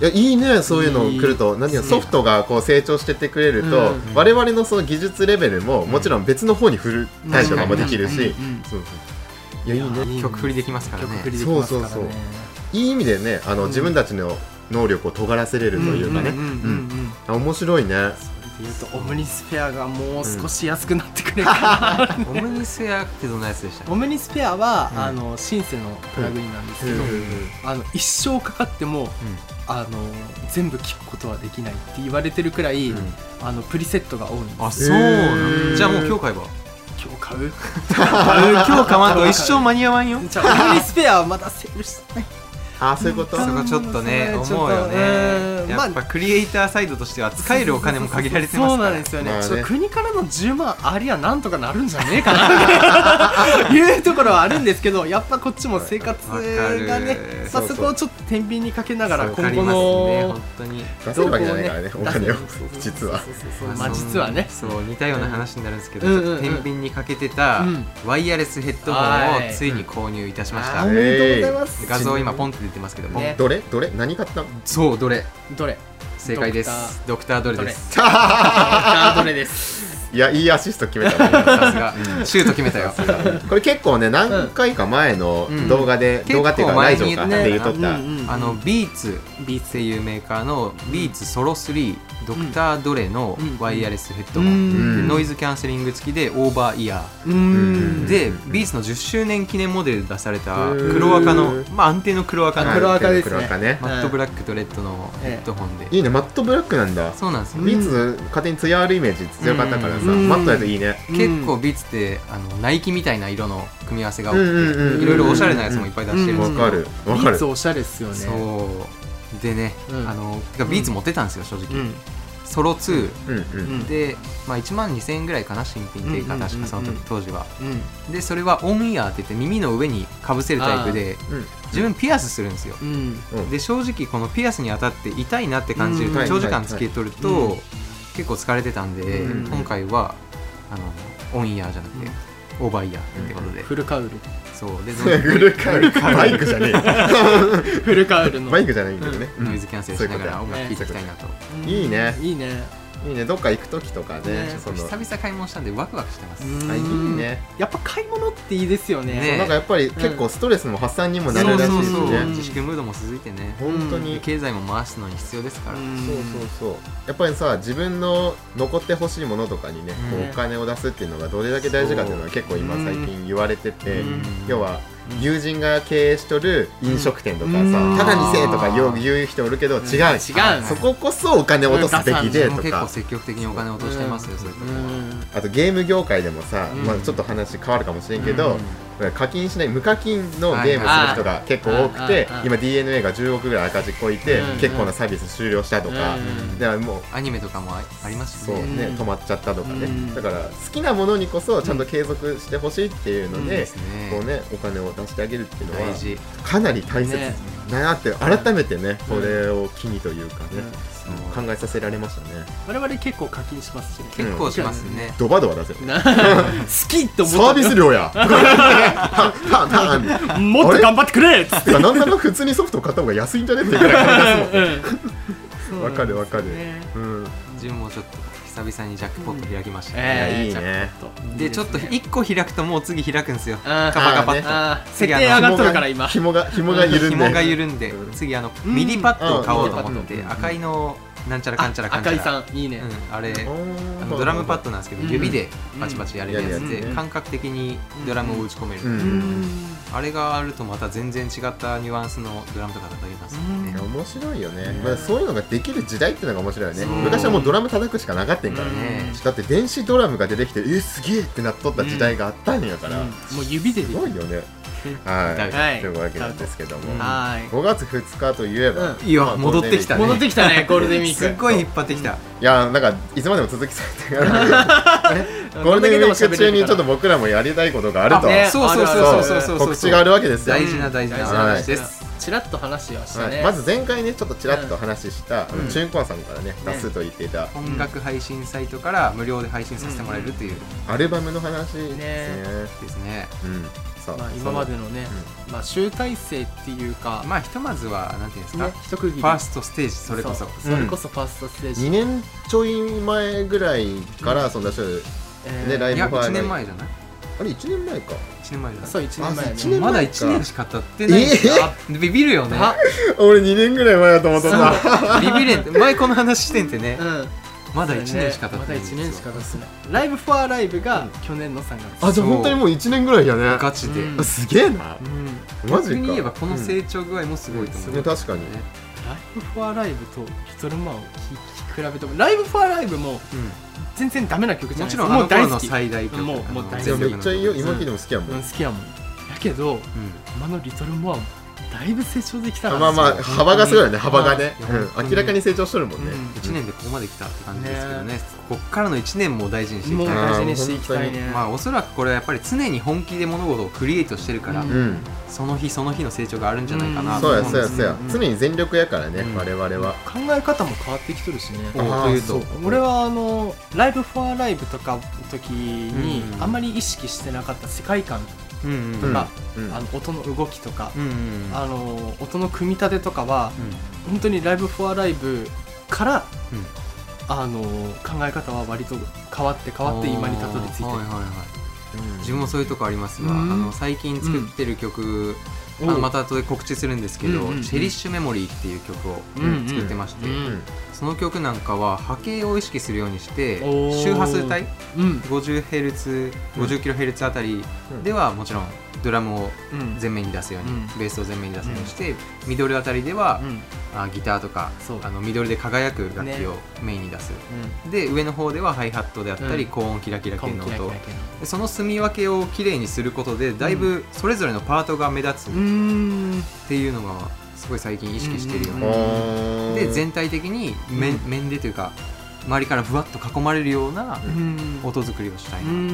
[SPEAKER 5] い
[SPEAKER 4] やいいねそういうの来ると何よ
[SPEAKER 3] いい
[SPEAKER 4] ソフトがこう成長してってくれると、
[SPEAKER 3] うん
[SPEAKER 4] 我々のその技術レベルももちろん別の方に振る対処がもできるし、
[SPEAKER 3] うんうんうん
[SPEAKER 4] そうそういやいいね
[SPEAKER 5] 曲振りできますから
[SPEAKER 3] 曲振
[SPEAKER 5] ね
[SPEAKER 3] りできますからね
[SPEAKER 4] そうそうそういい意味でねあの、
[SPEAKER 3] うん
[SPEAKER 4] 自分たちの能力を尖らせれるというかね、
[SPEAKER 3] うんうんうんうんうん
[SPEAKER 4] あ面白いね
[SPEAKER 3] それでいうとオムニスペアがもう少し安くなってくれるかな、
[SPEAKER 5] オムニスやってどんなやつでしたっけ
[SPEAKER 3] オムニスペアは、
[SPEAKER 5] うん
[SPEAKER 3] あのシンセのプラグインなんですけど、あの一生かかっても、あの全部聞くことはできないって言われてるくらい、
[SPEAKER 5] うん
[SPEAKER 3] あのプリセットが多いんです
[SPEAKER 5] あそうな
[SPEAKER 4] へー
[SPEAKER 5] のじゃあもう今日買えば
[SPEAKER 3] 今日買う
[SPEAKER 5] 今日買わんと一生間に合わんよ
[SPEAKER 3] じゃあオムニスペアはまだセールしてない
[SPEAKER 4] あそういうこと、
[SPEAKER 5] そこちょっとね
[SPEAKER 3] うん
[SPEAKER 5] 思うよね
[SPEAKER 3] うん
[SPEAKER 5] やっぱクリエイターサイドとしては使えるお金も限られてます
[SPEAKER 3] そう
[SPEAKER 5] か
[SPEAKER 3] な
[SPEAKER 5] ら
[SPEAKER 3] んですよ
[SPEAKER 4] まあ
[SPEAKER 3] ね,、
[SPEAKER 4] ね
[SPEAKER 3] ちょっと国からの10万ありゃなんとかなるんじゃねえか ないうところはあるんですけどやっぱこっちも生活が
[SPEAKER 5] わか
[SPEAKER 3] ね
[SPEAKER 5] る、
[SPEAKER 3] まあ、
[SPEAKER 4] そうそう
[SPEAKER 3] そこをちょっと天秤にかけながら
[SPEAKER 5] わ
[SPEAKER 3] 今
[SPEAKER 5] かり
[SPEAKER 3] 後
[SPEAKER 5] ますね
[SPEAKER 3] の
[SPEAKER 5] 本当に
[SPEAKER 4] 出せ
[SPEAKER 3] 動
[SPEAKER 4] る
[SPEAKER 3] 向を
[SPEAKER 4] わけじゃ
[SPEAKER 3] ね
[SPEAKER 4] ないからねお金を
[SPEAKER 3] 出せる
[SPEAKER 4] 実は
[SPEAKER 3] そうそうそうそうま
[SPEAKER 5] そ
[SPEAKER 3] あ
[SPEAKER 5] ん
[SPEAKER 3] 実はね
[SPEAKER 5] そう似たような話になるんですけど、
[SPEAKER 3] うん
[SPEAKER 5] ちょっ
[SPEAKER 3] うん
[SPEAKER 5] と天秤にかけてた
[SPEAKER 3] うん
[SPEAKER 5] ワイヤレスヘッドホンをついに購入いたしました、
[SPEAKER 3] あーおめでとうございます、
[SPEAKER 5] 画像今ポンって出てますけども、
[SPEAKER 3] ね
[SPEAKER 4] どれどれ何買ったの
[SPEAKER 5] そうどれ
[SPEAKER 3] どれ
[SPEAKER 5] 正解ですドクターどれです
[SPEAKER 3] あーどれです
[SPEAKER 4] いやいいアシスト決めたね
[SPEAKER 5] さすがシュート決めたよ
[SPEAKER 4] これ結構ね何回か前の
[SPEAKER 5] うん
[SPEAKER 4] 動画で、
[SPEAKER 5] うん
[SPEAKER 4] 動画っていうかラ
[SPEAKER 5] 結
[SPEAKER 4] ジオ
[SPEAKER 5] 構前に
[SPEAKER 4] か
[SPEAKER 5] ね
[SPEAKER 4] で言っとった、
[SPEAKER 5] あのビーツっていうメーカーのビーツソロ3ドクタードレのワイヤレスヘッドホ
[SPEAKER 4] う
[SPEAKER 5] ン、
[SPEAKER 4] ん
[SPEAKER 5] ノイズキャンセリング付きでオーバーイヤ
[SPEAKER 3] う
[SPEAKER 5] ー
[SPEAKER 3] ん
[SPEAKER 5] で、ビーツの10周年記念モデルで出された
[SPEAKER 4] へー
[SPEAKER 5] 黒赤の、まあ、安定の黒赤の
[SPEAKER 3] 黒赤ですね
[SPEAKER 4] 黒赤ね
[SPEAKER 5] マットブラックとレッドのヘッドホンで、
[SPEAKER 4] いいねマットブラックなんだ
[SPEAKER 5] そうなんですよ、
[SPEAKER 4] ビーツ勝手に艶あるイメージ強かったからさ、
[SPEAKER 3] うん
[SPEAKER 4] マットだといいね
[SPEAKER 5] 結構ビーツってあのナイキみたいな色の組み合わせが多
[SPEAKER 4] うんうんうん
[SPEAKER 5] く
[SPEAKER 4] うん
[SPEAKER 5] ていろいろおしゃれなやつもいっぱい出してるんで
[SPEAKER 4] わ
[SPEAKER 5] す
[SPEAKER 3] うん
[SPEAKER 5] け
[SPEAKER 4] か
[SPEAKER 5] ど、
[SPEAKER 4] る
[SPEAKER 3] ビ
[SPEAKER 4] わか
[SPEAKER 3] ー
[SPEAKER 4] る
[SPEAKER 3] ツおしゃれですよね
[SPEAKER 5] そうでね、
[SPEAKER 3] うん
[SPEAKER 5] あのてかビーツ持ってたんですよ正直、
[SPEAKER 3] うん
[SPEAKER 5] そソロ2
[SPEAKER 4] うんうん
[SPEAKER 3] うん
[SPEAKER 5] で、まあ、1万2000円ぐらいかな新品定価確かその
[SPEAKER 3] うんうんうんう
[SPEAKER 5] 時
[SPEAKER 3] ん
[SPEAKER 5] 当時は
[SPEAKER 3] うん
[SPEAKER 5] でそれはオンイヤーって言って耳の上にかぶせるタイプで
[SPEAKER 4] うん
[SPEAKER 5] 自分ピアスするんですよ
[SPEAKER 3] うん
[SPEAKER 4] うん
[SPEAKER 5] で正直このピアスに当たって痛いなって感じる
[SPEAKER 4] う
[SPEAKER 5] と
[SPEAKER 4] ん
[SPEAKER 5] 長時間つけとる
[SPEAKER 3] はいは
[SPEAKER 5] と結構疲れてたんで
[SPEAKER 3] うん
[SPEAKER 5] 今回はあのオンイヤーじゃなくてオーバーイヤーってことで
[SPEAKER 3] フルカウル
[SPEAKER 5] そうで
[SPEAKER 4] フルカウルバイクじゃ ね
[SPEAKER 3] フルカウル
[SPEAKER 4] え
[SPEAKER 3] の
[SPEAKER 4] バイクじゃないんだよね、
[SPEAKER 5] ノイズキャンセルしながら音楽聴いていきたいなと
[SPEAKER 3] うん
[SPEAKER 4] いいね
[SPEAKER 3] いいね
[SPEAKER 4] いいねどっか行く時とかね
[SPEAKER 3] ね
[SPEAKER 4] その
[SPEAKER 5] 久々買い物したんでワクワクしてます
[SPEAKER 4] あいいね
[SPEAKER 3] やっぱ買い物っていいですよね
[SPEAKER 5] ね
[SPEAKER 4] なんかやっぱり結構ストレスも発散にも
[SPEAKER 5] そう
[SPEAKER 4] なるらしい
[SPEAKER 5] そう
[SPEAKER 4] し
[SPEAKER 5] そう
[SPEAKER 4] ね
[SPEAKER 5] 自粛ムードも続いてね
[SPEAKER 4] 本当に
[SPEAKER 5] 経済も回すのに必要ですから
[SPEAKER 3] うん
[SPEAKER 4] そうそうそうやっぱりさ自分の残ってほしいものとかにね、こう
[SPEAKER 5] うん
[SPEAKER 4] お金を出すっていうのがどれだけ大事かっていうのは結構今
[SPEAKER 3] そう
[SPEAKER 4] 最近言われてて、
[SPEAKER 3] うん
[SPEAKER 4] 要は友人が経営しとる飲食店とかさ、
[SPEAKER 3] うん
[SPEAKER 4] ただにせえとかよう言う人おるけど、違う、
[SPEAKER 3] 違う
[SPEAKER 4] そここそお金を落とすべきで
[SPEAKER 5] 私
[SPEAKER 4] と
[SPEAKER 5] も結構
[SPEAKER 4] か。
[SPEAKER 5] 積極的にお金を落としてますよそういうとこ
[SPEAKER 3] うん
[SPEAKER 4] あとゲーム業界でもさ、
[SPEAKER 3] うん
[SPEAKER 4] まあ、ちょっと話変わるかもしれんけ
[SPEAKER 5] は
[SPEAKER 4] ど、課金しない無課金のゲームする人が結構多くて
[SPEAKER 3] あーあーあー
[SPEAKER 4] 今 d n a が10億ぐらい赤字こいて、
[SPEAKER 3] うん
[SPEAKER 4] 結構なサービス終了したとか、
[SPEAKER 3] うん
[SPEAKER 4] だからもう
[SPEAKER 5] アニメとかもああります
[SPEAKER 4] そう
[SPEAKER 5] よね
[SPEAKER 4] ね、
[SPEAKER 3] うん
[SPEAKER 4] 止まっちゃったとかね、
[SPEAKER 3] うん
[SPEAKER 4] だから好きなものにこそちゃんと継続してほしいっていうの
[SPEAKER 5] で
[SPEAKER 4] で、
[SPEAKER 5] す
[SPEAKER 4] こう
[SPEAKER 5] ね
[SPEAKER 4] ねお金を出してあげるっていうの
[SPEAKER 5] 大
[SPEAKER 4] は
[SPEAKER 5] 事
[SPEAKER 4] かなり大切
[SPEAKER 3] ね
[SPEAKER 4] だなって改めてね、これを機にというかね、
[SPEAKER 5] そう
[SPEAKER 4] 考えさせられましたね
[SPEAKER 3] 我々結構課金しますしね
[SPEAKER 5] 結構しますね
[SPEAKER 4] ドバドバ出せる
[SPEAKER 3] な好きって思った
[SPEAKER 4] サービス料やとか言ってパンパンパンって
[SPEAKER 3] もっと頑張ってくれっつっ
[SPEAKER 4] だか
[SPEAKER 3] て
[SPEAKER 4] らなんだか普通にソフト買った方が安いんじゃねっていうぐらい買い出すもん
[SPEAKER 3] うん
[SPEAKER 4] わかるわかる
[SPEAKER 3] ね
[SPEAKER 4] うん、
[SPEAKER 5] 自分もちょっと久々にジャックポット開きました、
[SPEAKER 4] い
[SPEAKER 3] え
[SPEAKER 4] や
[SPEAKER 3] ー
[SPEAKER 4] いいね
[SPEAKER 5] でちょっと1個開くともう次開くんですよ
[SPEAKER 3] あー
[SPEAKER 5] カパカ
[SPEAKER 4] あー
[SPEAKER 5] パッ
[SPEAKER 4] ね
[SPEAKER 5] と、
[SPEAKER 3] あー設定上がっとるから今
[SPEAKER 4] 紐が紐が緩んで
[SPEAKER 5] 紐が緩んで
[SPEAKER 4] うん
[SPEAKER 5] 次あの
[SPEAKER 3] うん
[SPEAKER 5] ミディパッドを買おうと思って
[SPEAKER 4] うん
[SPEAKER 5] て赤いのなんちゃらかんちゃらかんちゃ
[SPEAKER 3] 赤
[SPEAKER 5] ら
[SPEAKER 3] 井さんいいね
[SPEAKER 5] うん、あれあ
[SPEAKER 4] あ
[SPEAKER 5] のドラムパッドなんですけど
[SPEAKER 3] うん
[SPEAKER 5] 指でパチパチやれるやつで
[SPEAKER 4] うんうん
[SPEAKER 5] 感覚的にドラムを打ち込める、
[SPEAKER 4] うん
[SPEAKER 3] うん
[SPEAKER 5] あれがあるとまた全然違ったニュアンスのドラムとか叩けますもんね、
[SPEAKER 4] 面白いよね、まあ、そういうのができる時代ってのが面白いよね
[SPEAKER 5] そう
[SPEAKER 4] 昔はもうドラム叩くしかなかったんからね、
[SPEAKER 5] ね
[SPEAKER 4] だって電子ドラムが出てきてえすげえってなっとった時代があったんやから、
[SPEAKER 3] もう指ですで
[SPEAKER 4] ごいよね、はい、
[SPEAKER 3] はい
[SPEAKER 4] というわけなんですけども、
[SPEAKER 3] はーい
[SPEAKER 4] 5月2日といえば、
[SPEAKER 5] いや
[SPEAKER 4] まあ
[SPEAKER 5] 戻ってきたね
[SPEAKER 4] ゴー
[SPEAKER 3] 戻
[SPEAKER 4] ルデンウィーク
[SPEAKER 3] ってきたねゴールデンウィ
[SPEAKER 5] すっ
[SPEAKER 3] ーク
[SPEAKER 5] ごい引っ張ってきた、
[SPEAKER 4] いやなんかいつまでも続きそうてから、ねゴールデンウィーク中にちょっと僕らもやりたいことがあると、
[SPEAKER 3] ね
[SPEAKER 5] そうそうそうそうそうそうそう
[SPEAKER 4] 告知があるわけですよ、
[SPEAKER 5] 大事な大事
[SPEAKER 4] は
[SPEAKER 5] な
[SPEAKER 4] い
[SPEAKER 5] 話です、
[SPEAKER 3] ちらっと話はした
[SPEAKER 4] は
[SPEAKER 3] ね、
[SPEAKER 4] い、まず前回ねちょっとちらっと話した、あのチューンコアさんからね出すと言っていた
[SPEAKER 5] 音楽配信サイトから無料で配信させてもらえるという
[SPEAKER 4] アルバムの話ですね
[SPEAKER 5] ですね、
[SPEAKER 4] うんさあ
[SPEAKER 3] まあ、今までのね、まあ、集大成っていうか、
[SPEAKER 5] まあひとまずはなんていうんですか、
[SPEAKER 3] ね、一区切り
[SPEAKER 5] ファーストステージそれこそ
[SPEAKER 3] うそれこそファーストステージ、
[SPEAKER 4] 2年ちょい前ぐらいからその出し
[SPEAKER 3] えー
[SPEAKER 4] ねライ
[SPEAKER 5] い
[SPEAKER 4] ブ
[SPEAKER 5] や
[SPEAKER 4] ファイ
[SPEAKER 5] 1
[SPEAKER 4] ル
[SPEAKER 5] 年前じゃない
[SPEAKER 4] あれ1年前か
[SPEAKER 5] 1年前じゃ
[SPEAKER 3] そ
[SPEAKER 5] な
[SPEAKER 3] う1年前
[SPEAKER 4] あ
[SPEAKER 3] ね
[SPEAKER 4] 一年前
[SPEAKER 5] いまだ1年しか経ってないんだよあビビるよね
[SPEAKER 3] あ
[SPEAKER 4] 俺2年ぐらい前だと思ってた
[SPEAKER 5] ビビれん前この話してんてね
[SPEAKER 3] うん
[SPEAKER 5] まだ1年しか経ってないんで
[SPEAKER 3] まだ
[SPEAKER 5] す
[SPEAKER 3] 1
[SPEAKER 5] よ
[SPEAKER 3] 年しか経ってないライブフォアライブが去年の3月、
[SPEAKER 4] あじゃあ本当にもう1年ぐらいやね
[SPEAKER 5] ガチで、
[SPEAKER 3] うん
[SPEAKER 4] あすげえな
[SPEAKER 5] うん
[SPEAKER 4] マジ
[SPEAKER 5] 逆
[SPEAKER 4] か
[SPEAKER 5] に言えばこの成長具合もすごいと思う、
[SPEAKER 4] ね確かに
[SPEAKER 5] ね
[SPEAKER 3] ライブフォアライブとリトルマンを聴き比べてもライブフォアライブも全然ダメな曲じゃ
[SPEAKER 5] も
[SPEAKER 3] ない
[SPEAKER 5] ち
[SPEAKER 3] で
[SPEAKER 5] ろ
[SPEAKER 3] す
[SPEAKER 5] んあ
[SPEAKER 3] も
[SPEAKER 5] の
[SPEAKER 3] う大
[SPEAKER 5] 頃
[SPEAKER 3] 好
[SPEAKER 5] の
[SPEAKER 3] き、
[SPEAKER 5] 最大曲
[SPEAKER 3] もうもう大好き
[SPEAKER 5] あ
[SPEAKER 4] で
[SPEAKER 5] の
[SPEAKER 4] もめっちゃいいよ
[SPEAKER 5] 全力の
[SPEAKER 4] 今聞いても好きやも
[SPEAKER 3] うんん、好きやもんだけど今のリトルモアもだいぶ成長できたな
[SPEAKER 4] まあまあ幅がすごいよね幅がね
[SPEAKER 5] いや本当に
[SPEAKER 4] 明らかに成長しとるもんね
[SPEAKER 3] うん
[SPEAKER 5] 1年でここまで来たって感じですけどねこっからの1年も大事にしてい
[SPEAKER 3] も
[SPEAKER 5] き
[SPEAKER 3] う
[SPEAKER 5] たい
[SPEAKER 3] 大事にしていきたいね、
[SPEAKER 5] まあおそらくこれはやっぱり常に本気で物事をクリエイトしてるから、
[SPEAKER 3] う
[SPEAKER 4] うん
[SPEAKER 5] その日その日の成長があるんじゃないかなと
[SPEAKER 4] そう
[SPEAKER 5] 思
[SPEAKER 4] や
[SPEAKER 5] うん
[SPEAKER 4] そう
[SPEAKER 5] で
[SPEAKER 4] や
[SPEAKER 5] す
[SPEAKER 4] そうや
[SPEAKER 3] うん
[SPEAKER 4] 常に全力やからね
[SPEAKER 5] うん
[SPEAKER 4] 我々は
[SPEAKER 3] 考え方も変わってきとるしね
[SPEAKER 5] お
[SPEAKER 4] あー
[SPEAKER 5] というと
[SPEAKER 4] そう
[SPEAKER 3] 俺はあのライブフォアライブとかの時に
[SPEAKER 5] うん
[SPEAKER 3] あんまり意識してなかった世界観
[SPEAKER 5] うんうん
[SPEAKER 3] と
[SPEAKER 5] うん
[SPEAKER 3] か、
[SPEAKER 4] うん
[SPEAKER 3] あの音の動きとか、
[SPEAKER 5] うんうん
[SPEAKER 3] あの音の組み立てとかは本当にライブフォアライブから、
[SPEAKER 5] うん
[SPEAKER 3] あの考え方は割と変わって変わって今にたどり着いてる、
[SPEAKER 5] はいはいはい自分もそういうとこありますわ、
[SPEAKER 3] うん
[SPEAKER 5] あの最近作ってる曲、
[SPEAKER 3] うん
[SPEAKER 5] あのまた後で告知するんですけど「
[SPEAKER 3] うんうんうん
[SPEAKER 5] チェリッシュメモリー」っていう曲を
[SPEAKER 3] うん
[SPEAKER 5] 作ってまして、
[SPEAKER 3] うん
[SPEAKER 4] うん
[SPEAKER 5] その曲なんかは波形を意識するようにして
[SPEAKER 3] おー
[SPEAKER 5] 周波数帯
[SPEAKER 3] うん、
[SPEAKER 5] 50Hz50kHz あたり
[SPEAKER 4] うん
[SPEAKER 5] ではもちろんドラムを
[SPEAKER 3] うん
[SPEAKER 5] 前面に出すように、
[SPEAKER 3] うん
[SPEAKER 5] ベースを前面に出すようにして、ミドルあたりでは、
[SPEAKER 3] うん
[SPEAKER 5] あギターとか
[SPEAKER 3] そう
[SPEAKER 5] あのミドルで輝く楽器をメインに出す、で上の方ではハイハットであったり、
[SPEAKER 3] うん
[SPEAKER 5] 高音キラキラ
[SPEAKER 3] コ
[SPEAKER 5] 系
[SPEAKER 3] ン
[SPEAKER 5] の
[SPEAKER 3] キラキ
[SPEAKER 5] 音
[SPEAKER 3] ラ系の
[SPEAKER 5] でその住み分けをきれいにすることでだいぶそれぞれのパートが目立つ
[SPEAKER 3] うーん
[SPEAKER 5] っていうのがすごい最近意識してるように、
[SPEAKER 3] うん
[SPEAKER 4] あー
[SPEAKER 5] で全体的に面,、
[SPEAKER 3] う
[SPEAKER 5] 面でというか周りからぶわっと囲まれるような
[SPEAKER 3] うん
[SPEAKER 5] 音作りをしたいな
[SPEAKER 3] う
[SPEAKER 5] っ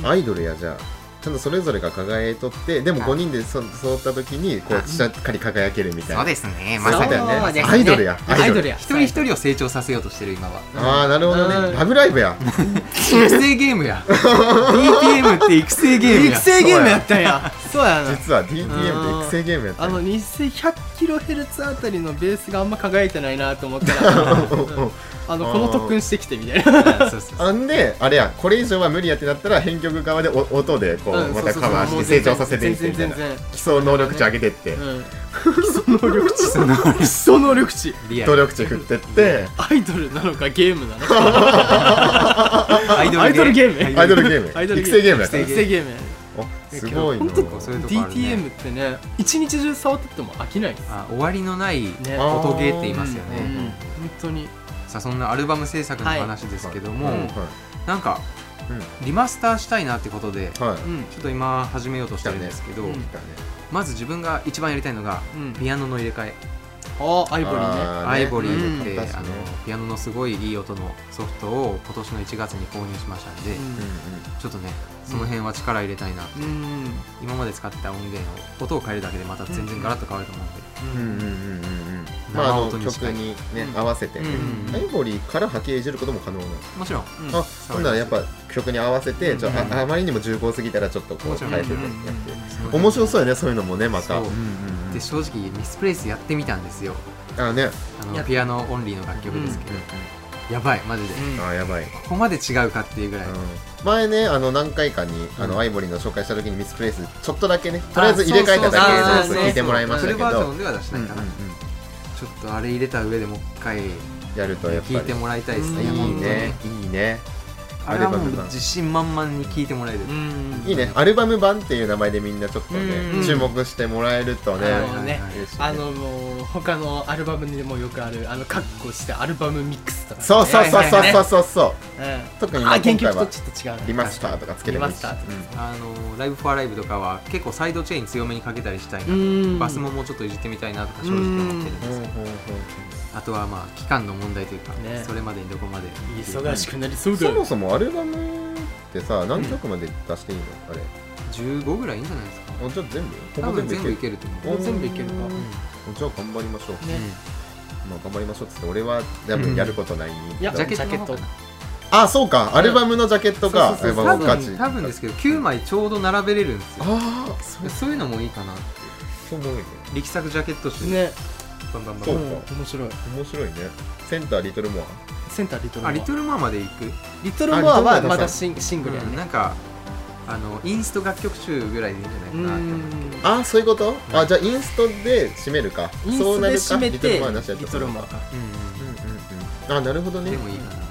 [SPEAKER 5] て
[SPEAKER 3] ん
[SPEAKER 4] アイドルやじゃあちゃんとそれぞれが輝いとってでも5人でそ揃った時にこうしっかり輝けるみたい
[SPEAKER 2] そ
[SPEAKER 4] な
[SPEAKER 2] うですね
[SPEAKER 4] そ
[SPEAKER 2] ま
[SPEAKER 4] う
[SPEAKER 2] さ
[SPEAKER 4] だ
[SPEAKER 2] に
[SPEAKER 4] よ
[SPEAKER 3] そ
[SPEAKER 4] ね
[SPEAKER 3] うですね
[SPEAKER 4] アイドルや
[SPEAKER 3] アイドルや
[SPEAKER 5] 一人一人を成長させようとしてる今は
[SPEAKER 4] ああなるほど
[SPEAKER 3] うん
[SPEAKER 4] ねラブライブや
[SPEAKER 5] 育成ゲームや DTM って育成ゲームや
[SPEAKER 3] 育成ゲームやったんやそうやな
[SPEAKER 4] 実は DTM で育成ゲームやった
[SPEAKER 3] あ
[SPEAKER 4] んや
[SPEAKER 3] の日清 100kHz あたりのベースがあんま輝いてないなと思ったらあのこの特訓してきてみたいな
[SPEAKER 5] そうそうそう
[SPEAKER 4] あんであれやこれ以上は無理やってなったら編曲側でお音でこ
[SPEAKER 3] う
[SPEAKER 4] うんまたカバーして成長させていってみたいな
[SPEAKER 3] 全然
[SPEAKER 4] 基礎能力値上げてって
[SPEAKER 3] 全然、うん、基礎能力値基礎能力値
[SPEAKER 5] リア
[SPEAKER 4] 努
[SPEAKER 5] ル
[SPEAKER 4] 力値振ってって
[SPEAKER 3] アイドルなのかゲームなのか
[SPEAKER 5] ア
[SPEAKER 3] アイドルゲーム
[SPEAKER 4] アイドルゲ
[SPEAKER 3] アイ
[SPEAKER 4] ー
[SPEAKER 3] ド
[SPEAKER 4] ム
[SPEAKER 3] ル
[SPEAKER 4] 育
[SPEAKER 3] ゲ
[SPEAKER 4] 成ゲームやった
[SPEAKER 5] 育
[SPEAKER 3] 育成ゲームや
[SPEAKER 4] おすごいな
[SPEAKER 3] 本当
[SPEAKER 5] そういうとこあるね
[SPEAKER 3] DTM ってね一日中触ってても飽きないです
[SPEAKER 5] あ終わりのない
[SPEAKER 3] ね
[SPEAKER 4] あ
[SPEAKER 5] 音ゲーって言いますよ
[SPEAKER 3] うん
[SPEAKER 5] ね
[SPEAKER 3] 本当に
[SPEAKER 5] さあそんなアルバム制作の話ですけども、
[SPEAKER 3] はいうん
[SPEAKER 5] なんか
[SPEAKER 4] う
[SPEAKER 5] リマスターしたいなってことでち
[SPEAKER 4] んはい
[SPEAKER 3] うん
[SPEAKER 5] ょっと今始めようとしてるんですけど、
[SPEAKER 3] うん
[SPEAKER 5] まず自分が一番やりたいのが
[SPEAKER 3] うん
[SPEAKER 5] ピアノの入れ替え、
[SPEAKER 3] あーアイボリーね
[SPEAKER 4] あーね
[SPEAKER 5] アイボリーって、
[SPEAKER 4] うん確
[SPEAKER 5] あ
[SPEAKER 4] か
[SPEAKER 5] の
[SPEAKER 4] に
[SPEAKER 5] ピアノのすごいいい音のソフトを今年の1月に購入しましたんで、
[SPEAKER 3] うん
[SPEAKER 5] ちょっとねその辺は力入れたいな、
[SPEAKER 3] うん
[SPEAKER 5] 今まで使ってた音源を音を変えるだけでまた全然ガラッと変わると思うんで、
[SPEAKER 4] うんうんうんうんうんうんまあ
[SPEAKER 5] 生
[SPEAKER 4] あの
[SPEAKER 5] 音
[SPEAKER 4] 曲
[SPEAKER 5] に近い
[SPEAKER 4] にね
[SPEAKER 3] うん
[SPEAKER 4] 合わせて
[SPEAKER 3] うん
[SPEAKER 4] アイボリーから波形いじることも可能なの
[SPEAKER 5] もちろん
[SPEAKER 3] うん
[SPEAKER 4] あそんならやっぱ曲に合わせてちょ
[SPEAKER 3] うん
[SPEAKER 4] ああまりにも重厚すぎたらちょっとこ
[SPEAKER 5] も
[SPEAKER 4] う
[SPEAKER 5] ちろ
[SPEAKER 4] 変
[SPEAKER 5] ん
[SPEAKER 4] えててやっ
[SPEAKER 5] その
[SPEAKER 4] て面白そうやねそういうのもねまた
[SPEAKER 5] そう
[SPEAKER 4] うんうんうん
[SPEAKER 5] で正直ミスプレイスやってみたんですよ
[SPEAKER 4] あね
[SPEAKER 5] あ
[SPEAKER 3] や
[SPEAKER 5] の
[SPEAKER 3] っ
[SPEAKER 5] ピアノオンリーの楽曲ですけど、やばいマジで、
[SPEAKER 3] うん
[SPEAKER 4] あーやばい
[SPEAKER 5] ここまで違うかっていうぐらい、
[SPEAKER 4] うん前ねあの何回かにあ
[SPEAKER 5] う
[SPEAKER 4] の
[SPEAKER 5] ん
[SPEAKER 4] アイボリーの紹介した時にミスプレイスちょっとだけねとりあえず入れ替えた
[SPEAKER 3] あ
[SPEAKER 4] だ
[SPEAKER 3] ー
[SPEAKER 4] け
[SPEAKER 3] そ
[SPEAKER 4] で
[SPEAKER 3] うそう
[SPEAKER 4] 聞いてもらいましたけ
[SPEAKER 5] フルバージョ
[SPEAKER 4] ど
[SPEAKER 5] ンでは出し
[SPEAKER 4] う
[SPEAKER 5] なんい
[SPEAKER 4] うん
[SPEAKER 5] か
[SPEAKER 4] う
[SPEAKER 5] な、
[SPEAKER 4] ん
[SPEAKER 5] ちょっとあれ入れた上でもう一回
[SPEAKER 4] やるとやっ
[SPEAKER 5] 聞い
[SPEAKER 4] ぱ
[SPEAKER 5] て
[SPEAKER 4] り
[SPEAKER 5] もらいたいですね、
[SPEAKER 3] うん
[SPEAKER 5] 本
[SPEAKER 4] いい
[SPEAKER 5] 当に
[SPEAKER 4] ねいいね
[SPEAKER 5] あれはもう自信満々に聞いてもらえる、
[SPEAKER 3] うん
[SPEAKER 4] いいねアルバム版っていう名前でみんなちょっと
[SPEAKER 3] う
[SPEAKER 4] ね
[SPEAKER 3] ん
[SPEAKER 4] 注目してもらえるとね
[SPEAKER 3] あのね
[SPEAKER 4] 嬉しいね
[SPEAKER 3] あのもう他のアルバムにもよくあるあのカッコしてアルバムミックスとか
[SPEAKER 4] そうそうそうそうそう
[SPEAKER 3] う
[SPEAKER 4] そうそう特に
[SPEAKER 3] あ
[SPEAKER 4] 今
[SPEAKER 3] 原
[SPEAKER 4] 回
[SPEAKER 3] 曲と
[SPEAKER 4] は
[SPEAKER 3] ちょっと違うね
[SPEAKER 4] リマスターとかつけてもいいし
[SPEAKER 3] リマスターと
[SPEAKER 5] あのライブフォアライブとかは結構サイドチェーン強めにかけたりしたいな、
[SPEAKER 3] うん
[SPEAKER 5] バスももうちょっといじってみたいなとか正直思ってるんですけど、あとはまあ期間の問題というか、
[SPEAKER 3] ね
[SPEAKER 5] それまでにどこまで
[SPEAKER 3] 忙しくなりそうだ
[SPEAKER 4] そも
[SPEAKER 3] よ
[SPEAKER 4] そもアルバムってさ何曲まで出していいのあれ
[SPEAKER 5] 15ぐらいいいんじゃないですか
[SPEAKER 4] あじゃあ全部ほ
[SPEAKER 5] 多
[SPEAKER 4] ぼ
[SPEAKER 5] 分
[SPEAKER 4] 全部
[SPEAKER 5] 全
[SPEAKER 4] い
[SPEAKER 5] 部
[SPEAKER 4] け
[SPEAKER 5] い
[SPEAKER 4] る
[SPEAKER 5] けると思う、
[SPEAKER 3] もう全部いけるか
[SPEAKER 4] うん
[SPEAKER 3] ね
[SPEAKER 4] じゃあ頑張りましょうまあ頑張りましょうっつって俺は多分やることない
[SPEAKER 3] いや
[SPEAKER 5] ジャケットの
[SPEAKER 3] ジャケ
[SPEAKER 5] 方か
[SPEAKER 3] ット
[SPEAKER 5] な
[SPEAKER 4] あそうかアルバムのジャケットか
[SPEAKER 3] そうそうそう
[SPEAKER 4] ア
[SPEAKER 5] 多
[SPEAKER 4] ルバムの価
[SPEAKER 5] 分
[SPEAKER 4] 値
[SPEAKER 5] 多分ですけど9枚ちょうど並べれるんですよ
[SPEAKER 4] ああそう
[SPEAKER 5] そういうのもいいかな
[SPEAKER 4] そう思うよね
[SPEAKER 5] 力作ジャケットして、
[SPEAKER 3] ね
[SPEAKER 5] バンバンバ
[SPEAKER 4] そ
[SPEAKER 5] ン
[SPEAKER 4] う
[SPEAKER 5] バ
[SPEAKER 4] か
[SPEAKER 5] ン
[SPEAKER 3] うん面白い
[SPEAKER 4] 面白いねセンターリトルモア
[SPEAKER 3] センターリトルモ
[SPEAKER 5] あ
[SPEAKER 3] ア
[SPEAKER 5] リトルマーまで行く、
[SPEAKER 3] リトルモア
[SPEAKER 4] あ
[SPEAKER 3] は
[SPEAKER 4] リトルモア
[SPEAKER 3] まだシンシングルや
[SPEAKER 5] うん
[SPEAKER 3] ね
[SPEAKER 5] なんかあのインスト楽曲集ぐらいでいいんじゃないか
[SPEAKER 3] う
[SPEAKER 5] なって思うんけど
[SPEAKER 4] ああそういうことあじゃあインストで締めるか
[SPEAKER 3] イン
[SPEAKER 4] そうな
[SPEAKER 3] ストで
[SPEAKER 4] る
[SPEAKER 3] 締
[SPEAKER 4] か
[SPEAKER 3] め
[SPEAKER 4] リトル
[SPEAKER 3] て
[SPEAKER 4] モアなしやった
[SPEAKER 3] リトルモアか
[SPEAKER 5] うん
[SPEAKER 4] あなるほど
[SPEAKER 5] うん
[SPEAKER 4] ね
[SPEAKER 5] でもいいかな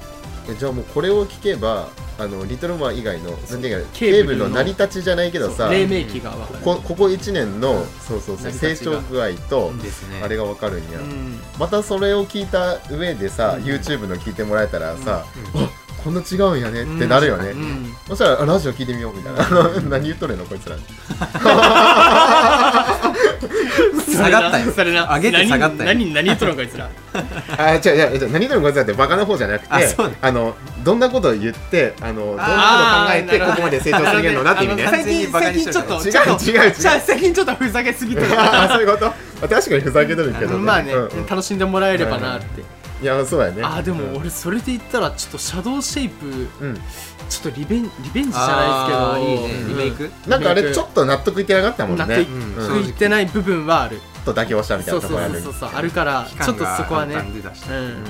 [SPEAKER 4] えじゃあもうこれを聞けばあのリトルモア以外のなんていうか
[SPEAKER 3] ケ
[SPEAKER 4] ケ
[SPEAKER 3] ーブルの
[SPEAKER 4] ーブルの成り立ちじゃないけど
[SPEAKER 3] そう
[SPEAKER 4] さ
[SPEAKER 3] 黎明期が分かる
[SPEAKER 4] こここ1年のそうそうそう
[SPEAKER 3] 成り
[SPEAKER 4] 成
[SPEAKER 3] 立ちが
[SPEAKER 4] 長具合と
[SPEAKER 5] ですね
[SPEAKER 4] あれがわかるんや
[SPEAKER 3] うん
[SPEAKER 4] またそれを聞いた上でさ YouTube の聞いてもらえたらさあこんな違うんやねってなるよね
[SPEAKER 3] うん
[SPEAKER 4] そしたらあラジオ聞いてみようみたいなあの 何言っとるのこいつら
[SPEAKER 5] 下がったよ
[SPEAKER 3] それな
[SPEAKER 5] 上げて下がったよ
[SPEAKER 3] 何何何言っとるのこいつら
[SPEAKER 4] あ違う違う違う何言っとるのこいつらってバカな方じゃなくて
[SPEAKER 5] あそうね
[SPEAKER 4] あのどんなことを言ってあのどんな
[SPEAKER 3] あ
[SPEAKER 4] ことを
[SPEAKER 3] ー
[SPEAKER 4] 考えて
[SPEAKER 3] なるほど
[SPEAKER 4] ここまで成長するのなって意味ね
[SPEAKER 3] あの最近最近ちょっと
[SPEAKER 4] 違う
[SPEAKER 3] ちょっと
[SPEAKER 4] 違う違う
[SPEAKER 3] じゃあ最近ちょっとふざけすぎてる
[SPEAKER 4] あ そういうことまあ確かにふざけてるけど、
[SPEAKER 3] まあね、
[SPEAKER 4] うん
[SPEAKER 3] 楽しんでもらえればなって、
[SPEAKER 4] いやそうやね
[SPEAKER 3] あーでも
[SPEAKER 4] うん
[SPEAKER 3] 俺それで言ったらちょっとシャドウシェイプ
[SPEAKER 4] うん、
[SPEAKER 3] ちょっとリベンリベンジじゃないですけど
[SPEAKER 5] あーいいね
[SPEAKER 3] うん
[SPEAKER 5] リメイク
[SPEAKER 4] なんかあれちょっと納得いってなかったもんね
[SPEAKER 3] 納得い
[SPEAKER 4] ち
[SPEAKER 5] うん
[SPEAKER 4] うん
[SPEAKER 3] そう言ってない部分はある、
[SPEAKER 4] ょっと妥協したみたい
[SPEAKER 3] そう
[SPEAKER 4] なと
[SPEAKER 3] そ
[SPEAKER 4] こ
[SPEAKER 3] う
[SPEAKER 4] ろあ
[SPEAKER 3] そ
[SPEAKER 4] る
[SPEAKER 3] うそうそうあるからちょっとそこはね
[SPEAKER 5] 期間が簡単で出し
[SPEAKER 3] う
[SPEAKER 5] た
[SPEAKER 3] ん、
[SPEAKER 5] うん
[SPEAKER 3] う
[SPEAKER 5] うんね
[SPEAKER 3] ん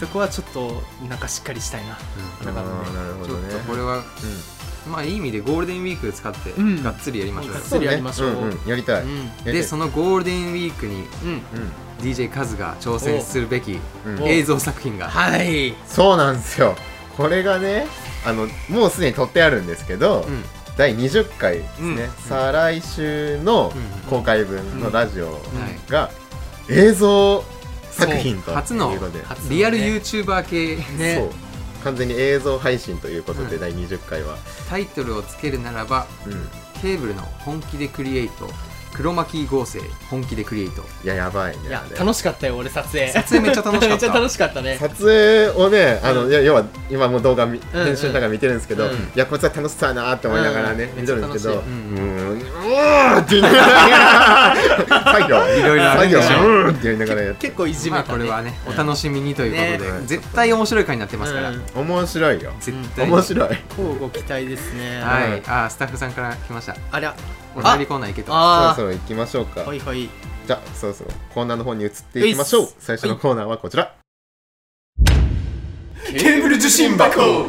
[SPEAKER 3] そこはちょっとなんかしっかりしたいな、
[SPEAKER 4] あ
[SPEAKER 3] なんか
[SPEAKER 4] ーなるほ
[SPEAKER 5] ちょ
[SPEAKER 4] ど
[SPEAKER 5] っ
[SPEAKER 4] ね
[SPEAKER 5] とこれはまあいい意味でゴールデンウィーク使って
[SPEAKER 3] うん
[SPEAKER 5] がっつりやりましょうよ
[SPEAKER 3] がっつりやりましょう
[SPEAKER 4] そねんんやりたい、
[SPEAKER 3] うん
[SPEAKER 4] やりたい
[SPEAKER 5] でそのゴールデンウィークに
[SPEAKER 3] うん
[SPEAKER 4] うん、
[SPEAKER 5] DJ カズが挑戦するべき
[SPEAKER 4] うん
[SPEAKER 3] お
[SPEAKER 5] 映像作品が
[SPEAKER 3] はい
[SPEAKER 4] そうなんですよこれがねあのもうすでに撮ってあるんですけど、
[SPEAKER 5] うん
[SPEAKER 4] 第20回ですね、
[SPEAKER 5] うん
[SPEAKER 4] 再来週の
[SPEAKER 5] うん
[SPEAKER 4] 公開分のラジオ
[SPEAKER 5] はい
[SPEAKER 4] が映像作品ということで
[SPEAKER 5] 初の
[SPEAKER 3] 初
[SPEAKER 5] リアル YouTuber 系
[SPEAKER 4] そ
[SPEAKER 3] ね
[SPEAKER 4] う完全に映像配信ということで、
[SPEAKER 5] うん
[SPEAKER 4] 第20回は、
[SPEAKER 5] タイトルをつけるならば
[SPEAKER 4] うん、
[SPEAKER 5] ケーブルの本気でクリエイト黒巻合成本気でクリエイト
[SPEAKER 4] いややばいね
[SPEAKER 3] いや
[SPEAKER 4] あれ
[SPEAKER 3] 楽しかったよ俺撮影
[SPEAKER 5] 撮影めっちゃ楽しかっ
[SPEAKER 3] めっちゃ楽
[SPEAKER 5] た
[SPEAKER 3] しかったね
[SPEAKER 4] 撮影をねあの、いや要は今もう動画み
[SPEAKER 3] んうん
[SPEAKER 4] 編集とか見てるんですけど、
[SPEAKER 3] うん
[SPEAKER 4] いやこいつは楽しそうやなって思いながらね、
[SPEAKER 3] うん
[SPEAKER 4] 見てるんですけどう
[SPEAKER 3] めっち
[SPEAKER 5] ゃ楽し
[SPEAKER 4] ーんうーんって言いながら 作業い
[SPEAKER 5] ろいろある
[SPEAKER 4] 作
[SPEAKER 5] んで
[SPEAKER 4] 業
[SPEAKER 5] しょ
[SPEAKER 4] うーんって言いながらやって
[SPEAKER 3] 結構いじ
[SPEAKER 5] ま
[SPEAKER 3] め
[SPEAKER 5] あ
[SPEAKER 3] た、
[SPEAKER 5] こ
[SPEAKER 3] ね
[SPEAKER 5] れはねお楽しみにということで
[SPEAKER 4] ね
[SPEAKER 5] 絶対面白い回になってますから
[SPEAKER 3] うん
[SPEAKER 4] 面白いよ
[SPEAKER 5] 絶対
[SPEAKER 4] 面白い
[SPEAKER 3] 交互期待ですね
[SPEAKER 5] はいあースタッフさんから来ました
[SPEAKER 3] ありゃ
[SPEAKER 5] お便りコーナー行けと
[SPEAKER 4] そろ
[SPEAKER 3] あ
[SPEAKER 4] そろ行きましょうか
[SPEAKER 3] あほいほい
[SPEAKER 4] じゃあそろそろコーナーの方に移っていきましょ
[SPEAKER 3] ういうっす
[SPEAKER 4] 最初のコーナーはこちら
[SPEAKER 1] ケーブル受信箱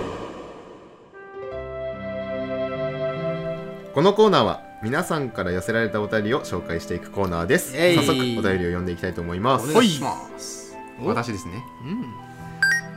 [SPEAKER 4] このコーナーは皆さんから寄せられたお便りを紹介していくコーナーです
[SPEAKER 3] えい
[SPEAKER 4] 早速お便りを読んでいきたいと思いま
[SPEAKER 5] お
[SPEAKER 4] す
[SPEAKER 5] 願いします
[SPEAKER 3] お
[SPEAKER 5] 私ですね
[SPEAKER 3] うん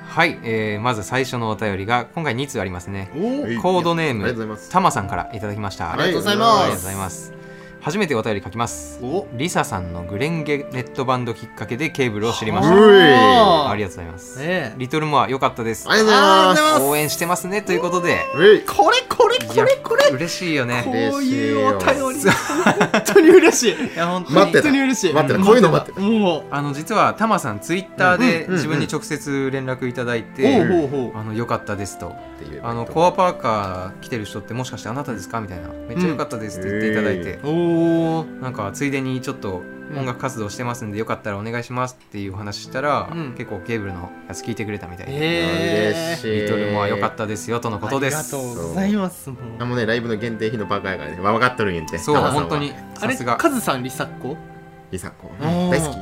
[SPEAKER 5] はい、えー、まず最初のお便りが今回2通ありますね
[SPEAKER 3] お
[SPEAKER 4] はい
[SPEAKER 5] コードネー
[SPEAKER 4] ありがとうございま
[SPEAKER 5] ム
[SPEAKER 4] す
[SPEAKER 5] たまさんからいただきました
[SPEAKER 3] ありがとうござい
[SPEAKER 5] ありが
[SPEAKER 3] ま
[SPEAKER 5] とうご
[SPEAKER 3] す
[SPEAKER 5] ざいます初めてお便り書きます
[SPEAKER 3] お
[SPEAKER 5] リサさんのグレンゲネットバンドきっかけでケーブルを知りまし
[SPEAKER 4] うい
[SPEAKER 5] たあり
[SPEAKER 3] が
[SPEAKER 5] がとうございます、
[SPEAKER 3] ねえ
[SPEAKER 5] リトルモア良かったです
[SPEAKER 4] ありがとうございます
[SPEAKER 3] ありがとうございます
[SPEAKER 5] 応援してますねということで
[SPEAKER 4] うい
[SPEAKER 3] これこれこれこれ
[SPEAKER 5] いや嬉しいよ
[SPEAKER 3] こ
[SPEAKER 5] ね
[SPEAKER 3] ういうお便
[SPEAKER 4] 嬉
[SPEAKER 3] り本当に嬉しい
[SPEAKER 5] いや本当に
[SPEAKER 4] 待って
[SPEAKER 3] 本
[SPEAKER 4] た
[SPEAKER 3] 当に嬉しい
[SPEAKER 4] 待ってたこういうの待って
[SPEAKER 3] たもう
[SPEAKER 5] あの実はタマさんツイッターで
[SPEAKER 4] うん
[SPEAKER 5] 自分に直接連絡いただい
[SPEAKER 3] お
[SPEAKER 5] て
[SPEAKER 3] うほうほう
[SPEAKER 5] あの良かったですと
[SPEAKER 4] って言えばいいと思う
[SPEAKER 5] あのコアパーカー来てる人ってもしかしてあなたですかみたいなめっちゃ良かったですって言っていただいて、
[SPEAKER 3] おお
[SPEAKER 5] なんかついでにちょっと音楽活動してますんでよかったらお願いしますっていうお話したら、
[SPEAKER 3] うん
[SPEAKER 5] 結構ケーブルのやつ聞いてくれたみたいで、
[SPEAKER 3] え
[SPEAKER 4] 嬉
[SPEAKER 3] え
[SPEAKER 4] しい
[SPEAKER 5] リトルモア良かったですよとのことで
[SPEAKER 3] ありが
[SPEAKER 5] す
[SPEAKER 3] とうございますもう
[SPEAKER 4] あもうねライブの限定日のバカやからね分かっとるんやんて
[SPEAKER 5] そう
[SPEAKER 4] タマさんは
[SPEAKER 5] 本当に
[SPEAKER 3] あ
[SPEAKER 5] さ
[SPEAKER 3] れ
[SPEAKER 5] すが
[SPEAKER 3] カズさんリサッコ
[SPEAKER 4] リサ子
[SPEAKER 3] ん
[SPEAKER 4] 大好き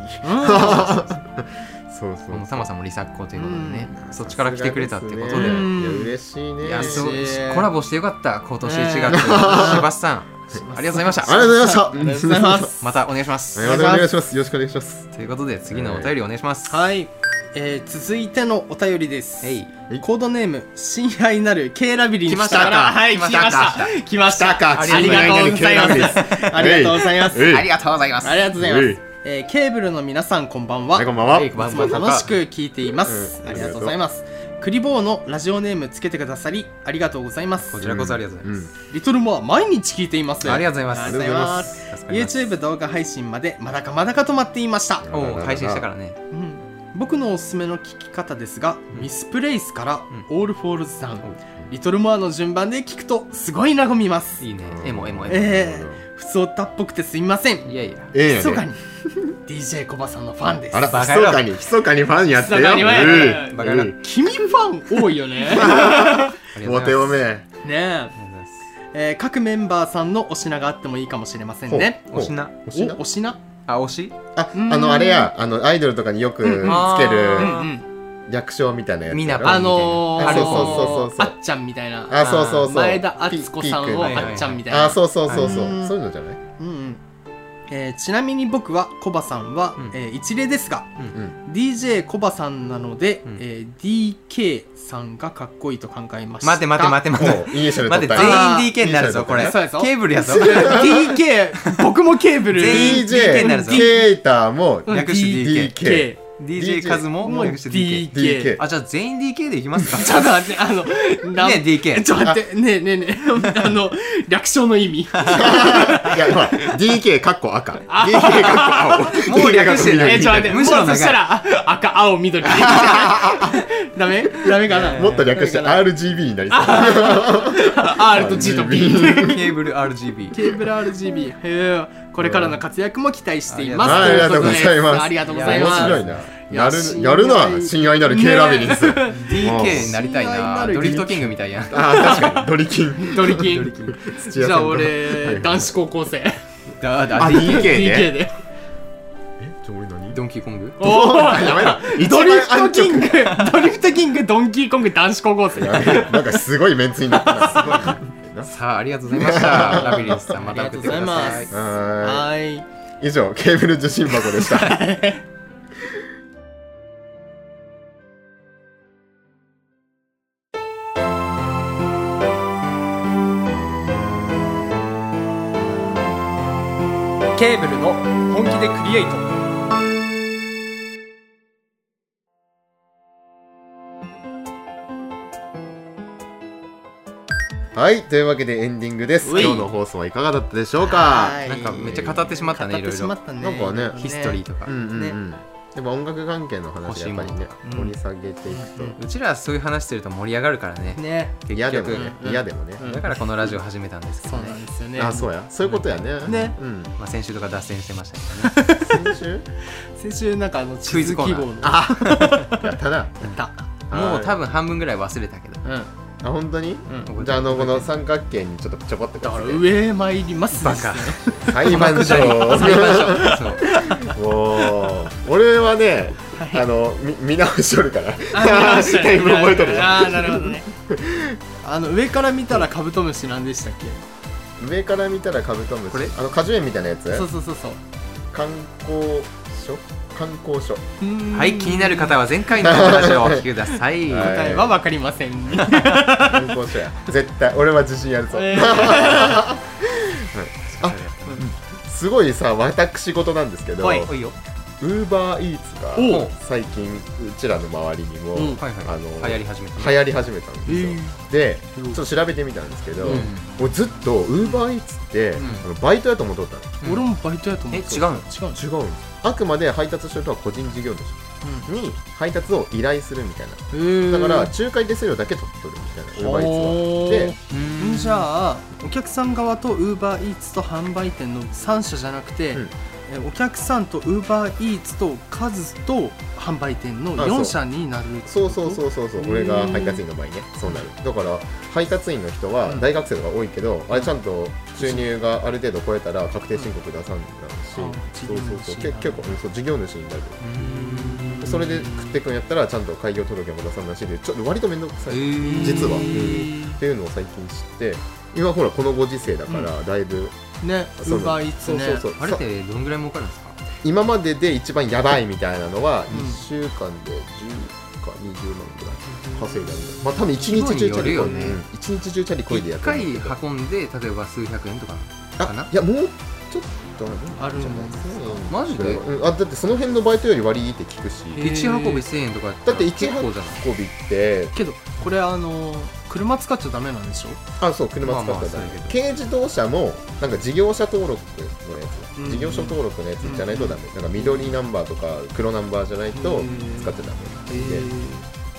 [SPEAKER 4] そう
[SPEAKER 5] こ
[SPEAKER 4] そ
[SPEAKER 5] の
[SPEAKER 4] う
[SPEAKER 5] タマさんもリサッコということでね、
[SPEAKER 4] あ
[SPEAKER 5] そっちから来てくれたってこと
[SPEAKER 4] さす
[SPEAKER 5] で
[SPEAKER 4] が
[SPEAKER 3] うん
[SPEAKER 4] すねいや嬉しいね
[SPEAKER 5] いやそう
[SPEAKER 3] 嬉しい
[SPEAKER 5] コラボしてよかった今年1月、
[SPEAKER 3] ね
[SPEAKER 5] 柴田さんありがとうございました
[SPEAKER 4] ありがとうございました
[SPEAKER 3] ありがとうございます
[SPEAKER 5] またお願いします、
[SPEAKER 4] お願いしますよろしくお願いします
[SPEAKER 5] ということで次のお便りお願いします、
[SPEAKER 3] はい、えー、続いてのお便りです
[SPEAKER 5] えい
[SPEAKER 3] コードネーム親愛なる K ラビリンスから
[SPEAKER 5] 来ましたか来ま
[SPEAKER 3] はい来ま
[SPEAKER 5] し
[SPEAKER 3] したた来ました
[SPEAKER 4] か
[SPEAKER 3] ありがとうございますありがとうございます
[SPEAKER 4] えい
[SPEAKER 5] ありがとうございます
[SPEAKER 3] ありがとうございま
[SPEAKER 4] う
[SPEAKER 3] す
[SPEAKER 4] い
[SPEAKER 3] えー、ケーブルの皆さんこんばん
[SPEAKER 4] はい
[SPEAKER 3] は
[SPEAKER 4] こんばんは
[SPEAKER 5] えいこんばん
[SPEAKER 3] い
[SPEAKER 5] は
[SPEAKER 3] つも楽しく聞いています、
[SPEAKER 4] うん
[SPEAKER 3] ありがとうございますクリボーのラジオネームつけてくださりありがとうございます
[SPEAKER 5] こちらこそありがとうございます、
[SPEAKER 3] リトルモア毎日聞いています
[SPEAKER 5] ありがとうございます
[SPEAKER 3] ありがとうございます
[SPEAKER 5] 助かります
[SPEAKER 3] YouTube 動画配信までまだかまだか止まっていました、
[SPEAKER 5] おう配信したからね
[SPEAKER 3] うん僕のおすすめの聞き方ですが、ミスプレイスから、オールフォールズダウン、リトルモアの順番で聞くとすごい和みます
[SPEAKER 5] いいねエモエモエモ、
[SPEAKER 3] ええ普通歌っぽくてすいません
[SPEAKER 5] いやいや
[SPEAKER 4] ええ
[SPEAKER 3] 密
[SPEAKER 4] や
[SPEAKER 3] か
[SPEAKER 4] ね
[SPEAKER 3] に DJ コバさんのファンです
[SPEAKER 4] あら
[SPEAKER 5] バカ
[SPEAKER 4] 密かに密かにファンやってよ
[SPEAKER 3] 密かにファンやって
[SPEAKER 4] うい
[SPEAKER 5] バカ野郎
[SPEAKER 4] う
[SPEAKER 3] 君ファン多い よね
[SPEAKER 5] あり
[SPEAKER 4] い
[SPEAKER 5] がとうご
[SPEAKER 4] モ
[SPEAKER 5] ざ
[SPEAKER 4] テ
[SPEAKER 5] い
[SPEAKER 4] お
[SPEAKER 5] ます
[SPEAKER 4] め
[SPEAKER 3] ね
[SPEAKER 5] ありがとうございます
[SPEAKER 3] ええー各メンバーさんのお品があってもいいかもしれませんね
[SPEAKER 4] ほう
[SPEAKER 5] おしな
[SPEAKER 4] おしな
[SPEAKER 3] おお品
[SPEAKER 5] あおし
[SPEAKER 4] ああ
[SPEAKER 3] うん
[SPEAKER 4] のあれやあのアイドルとかによくつけ
[SPEAKER 5] う
[SPEAKER 4] る
[SPEAKER 5] んあ
[SPEAKER 4] 略称みたいなやつ
[SPEAKER 5] みなぱ
[SPEAKER 3] あのー、
[SPEAKER 4] あ
[SPEAKER 3] あ
[SPEAKER 4] そう
[SPEAKER 3] の
[SPEAKER 4] そうそうそうそう
[SPEAKER 3] あっちゃんみたいな
[SPEAKER 4] あそうそうそう
[SPEAKER 3] 前田敦子さんを
[SPEAKER 4] ピ
[SPEAKER 5] ピーク
[SPEAKER 3] あっちゃんみたいな
[SPEAKER 4] あそうそうそうそう
[SPEAKER 3] うん
[SPEAKER 4] そういうのじゃない
[SPEAKER 3] うんうんえーちなみに僕はコバさんは、
[SPEAKER 5] うん
[SPEAKER 3] えー一例ですが、
[SPEAKER 5] うん
[SPEAKER 3] DJ コバさんなので、
[SPEAKER 5] うん
[SPEAKER 3] えー DK さんがかっこいいと考えました
[SPEAKER 5] 待て待て待て待
[SPEAKER 4] も
[SPEAKER 5] て
[SPEAKER 4] うイニシャル
[SPEAKER 5] 待
[SPEAKER 4] 取
[SPEAKER 5] っ
[SPEAKER 4] ってた
[SPEAKER 5] 全
[SPEAKER 4] よ
[SPEAKER 3] あー
[SPEAKER 5] 員 DK になるぞこれ
[SPEAKER 3] そうやぞ
[SPEAKER 5] ケーブルやぞ
[SPEAKER 3] DK 僕もケーブル
[SPEAKER 5] 全員 DK になる
[SPEAKER 4] DJ
[SPEAKER 5] ぞ
[SPEAKER 4] ケーターも
[SPEAKER 3] うん
[SPEAKER 5] 略して
[SPEAKER 4] DK
[SPEAKER 3] DK
[SPEAKER 5] DJ カズも
[SPEAKER 3] もう
[SPEAKER 5] 略して DK
[SPEAKER 4] DK
[SPEAKER 3] DK
[SPEAKER 5] あじゃあ全員 DK でいき ますか
[SPEAKER 3] ちょっと待ってあの
[SPEAKER 5] ね DK
[SPEAKER 3] ちょっと待ってねえねえねえあの略称の意味
[SPEAKER 4] いや、まあ、DK かっこ赤。DK かっこ青。
[SPEAKER 5] もう略してない
[SPEAKER 3] えちょっと待って
[SPEAKER 5] むしろ長い
[SPEAKER 3] もうそしたらあ赤 青緑ダメダメかな
[SPEAKER 4] もっと略して RGB になりそう。
[SPEAKER 3] R と G と B
[SPEAKER 5] ケーブル RGB
[SPEAKER 3] ケーブル RGB へえこれからの活躍も期待しています
[SPEAKER 4] ありがとう
[SPEAKER 3] こで
[SPEAKER 4] ございます
[SPEAKER 3] ありがとうご
[SPEAKER 4] 面
[SPEAKER 3] ざいます
[SPEAKER 4] 白いな。やる、
[SPEAKER 3] 親
[SPEAKER 4] や
[SPEAKER 3] 愛
[SPEAKER 4] るな、親愛なる K ラビリンス。
[SPEAKER 5] DK になりたい
[SPEAKER 3] 親愛
[SPEAKER 5] な
[SPEAKER 3] なる
[SPEAKER 5] ドリフトキングみたいやん
[SPEAKER 4] ああ、確かに、ドリキン。
[SPEAKER 3] ドリキン
[SPEAKER 4] 土
[SPEAKER 3] じ
[SPEAKER 4] 屋
[SPEAKER 3] ゃ
[SPEAKER 4] さん
[SPEAKER 3] あ
[SPEAKER 4] と。
[SPEAKER 3] 俺男子高校生
[SPEAKER 5] だだ
[SPEAKER 4] あ、
[SPEAKER 5] で
[SPEAKER 4] DK ね。
[SPEAKER 3] DK で
[SPEAKER 4] え、じゃあ俺何
[SPEAKER 5] ドンキーコング
[SPEAKER 3] おお
[SPEAKER 4] やめろ。
[SPEAKER 3] ドリフトキングドリフトキングドンキーコング男子高校生
[SPEAKER 4] やめろなんかすごいメンツになったな。は
[SPEAKER 5] さあ ありがとうございましたラビリンスさんまた送ってくだ
[SPEAKER 3] ありがとうございま
[SPEAKER 5] さい
[SPEAKER 3] す
[SPEAKER 4] ー
[SPEAKER 3] はい
[SPEAKER 4] い。以上、ケーブル受信箱でした。
[SPEAKER 3] ケーブルの本気でクリエイト
[SPEAKER 4] はいというわけでエンディングです今
[SPEAKER 3] うい
[SPEAKER 4] 日の放送はいかがだったでしょうか
[SPEAKER 3] は
[SPEAKER 5] なんかめっちゃ語ってしまったねいろ
[SPEAKER 3] 語って
[SPEAKER 5] い
[SPEAKER 3] しま
[SPEAKER 5] ろ
[SPEAKER 3] ったね
[SPEAKER 4] なんかね
[SPEAKER 5] ヒストリーとか、
[SPEAKER 4] うんうんうんでも音楽関係の話やっぱりね
[SPEAKER 5] 欲
[SPEAKER 3] しいも
[SPEAKER 4] 掘
[SPEAKER 3] の
[SPEAKER 4] り下げていくと
[SPEAKER 3] うんうん
[SPEAKER 5] うちらはそういう話してると盛り上がるからね
[SPEAKER 3] ね
[SPEAKER 5] 結
[SPEAKER 4] 嫌でも
[SPEAKER 5] 局
[SPEAKER 4] ね
[SPEAKER 3] うん
[SPEAKER 4] 嫌でもね
[SPEAKER 3] うん
[SPEAKER 5] だからこのラジオ始めたんですけ
[SPEAKER 3] そ
[SPEAKER 5] ど
[SPEAKER 3] う
[SPEAKER 5] ね
[SPEAKER 3] なんですよね
[SPEAKER 4] あそうやそういうことやね
[SPEAKER 3] ね
[SPEAKER 4] うん
[SPEAKER 5] まあ、先週とか脱線してましたけど ね
[SPEAKER 4] 先週
[SPEAKER 3] 先週なんかあの
[SPEAKER 5] クイズコーナー
[SPEAKER 3] 地図記号のあ
[SPEAKER 4] やったな
[SPEAKER 3] った
[SPEAKER 5] もう多分半分ぐらい忘れたけど
[SPEAKER 3] うん
[SPEAKER 4] あ本当に
[SPEAKER 3] う
[SPEAKER 4] じゃああのこの三角形にちょっとちょこっと
[SPEAKER 3] だか
[SPEAKER 4] からつけて
[SPEAKER 3] 上参ります
[SPEAKER 5] バカ
[SPEAKER 4] 裁判所
[SPEAKER 5] 裁判所そう
[SPEAKER 4] もう俺はねあのみ見直しとるから
[SPEAKER 3] あ
[SPEAKER 4] タイム覚えとるよ
[SPEAKER 3] あーなるほどねあの上から見たらカブトムシなんでしたっけ
[SPEAKER 4] 上から見たらカブトムシ
[SPEAKER 5] これ
[SPEAKER 4] あの果樹園みたいなやつ
[SPEAKER 3] そうそうそうそう
[SPEAKER 4] 観光所観光所
[SPEAKER 3] うーん
[SPEAKER 5] はい気になる方は前回の話をお聞きください
[SPEAKER 4] はい
[SPEAKER 3] 答えは分かりません
[SPEAKER 4] 観光所や絶対俺 は自信あるぞ、
[SPEAKER 3] えー
[SPEAKER 4] すごいさ私事なんですけどウ
[SPEAKER 3] はい
[SPEAKER 5] おいよ
[SPEAKER 4] ーバーイーツ
[SPEAKER 3] おう
[SPEAKER 4] が最近うちらの周りにも、
[SPEAKER 3] うん
[SPEAKER 5] はいはい、
[SPEAKER 4] あの
[SPEAKER 5] 流行り始めた
[SPEAKER 4] 流行り始めたんですよ、でち
[SPEAKER 3] うん
[SPEAKER 4] ょっと調べてみたんですけど、
[SPEAKER 3] うん
[SPEAKER 4] もうずっとウーバーイーツって、あのバイトやと思っとったの
[SPEAKER 3] 俺もバイトやと思ってた
[SPEAKER 5] え違うの
[SPEAKER 3] 違うの
[SPEAKER 4] 違うんですあくまで配達してる人は個人事業主に配達を依頼するみたいな
[SPEAKER 3] えー
[SPEAKER 4] だから仲介手数料だけ取っとるみたいなウーバーイーツは
[SPEAKER 3] ほー
[SPEAKER 4] で
[SPEAKER 3] うんじゃあお客さん側とウーバーイーツと販売店の3社じゃなくて、
[SPEAKER 4] うん
[SPEAKER 3] えお客さんとウーバーイーツとカズと販売店の
[SPEAKER 4] あそう
[SPEAKER 3] 4社になるってこと
[SPEAKER 4] そうそうそうそうそう俺が
[SPEAKER 3] うん
[SPEAKER 4] 配達員の場合ねそうなるだから配達員の人は
[SPEAKER 3] うん
[SPEAKER 4] 大学生とか多いけど、あれちゃんと収入がある程度超えたら確定申告出さんだし、
[SPEAKER 3] うん
[SPEAKER 4] そうそうそうけ
[SPEAKER 3] あ
[SPEAKER 4] 結構うんそう事業主になる
[SPEAKER 3] うん
[SPEAKER 4] それで食ってくんやったらちゃんと開業届も出さんなしでちょっと割と面倒くさい、実は、う
[SPEAKER 3] へ
[SPEAKER 4] ん
[SPEAKER 3] ー
[SPEAKER 4] っていうのを最近知って今ほらこのご時世だからだいぶ、
[SPEAKER 3] ねウ
[SPEAKER 4] その
[SPEAKER 3] ーバーイーツね
[SPEAKER 4] そうそうそう
[SPEAKER 5] あれってどんぐらい儲かるんですか
[SPEAKER 4] 今までで一番やばいみたいなのは
[SPEAKER 3] うん
[SPEAKER 4] 1週間で10か20万ぐらい稼いだみたいなまあ多分一日中チャリこ
[SPEAKER 5] 人によるよ
[SPEAKER 4] い
[SPEAKER 5] ね
[SPEAKER 4] でうん一日中チャリこいでや
[SPEAKER 5] 1
[SPEAKER 4] ってる
[SPEAKER 5] 回
[SPEAKER 4] んだけど
[SPEAKER 5] 運んで例えば数百円とか
[SPEAKER 4] あ
[SPEAKER 5] かない
[SPEAKER 4] やもうちょっとあるんじゃない
[SPEAKER 5] マジで
[SPEAKER 4] うんあだってその辺のバイトより割りいいって聞くし
[SPEAKER 3] へー
[SPEAKER 5] 1箱1000円とかや
[SPEAKER 4] だ
[SPEAKER 5] た
[SPEAKER 4] っ
[SPEAKER 5] ら
[SPEAKER 4] て
[SPEAKER 5] 結
[SPEAKER 4] 1箱
[SPEAKER 5] 構じゃない
[SPEAKER 4] 運びって
[SPEAKER 3] けどこれあの車使っちゃダメなんでしょ
[SPEAKER 4] あそう車使
[SPEAKER 5] まあ
[SPEAKER 4] っ
[SPEAKER 5] ま
[SPEAKER 4] た
[SPEAKER 5] あ
[SPEAKER 4] らダメ
[SPEAKER 5] そうや
[SPEAKER 4] 軽自動車もなんか事業者登録のやつ、
[SPEAKER 3] うん
[SPEAKER 4] 事業所登録のやつじゃないとダメ、なんか緑ナンバーとか黒ナンバーじゃないと使っちゃダメ
[SPEAKER 3] えー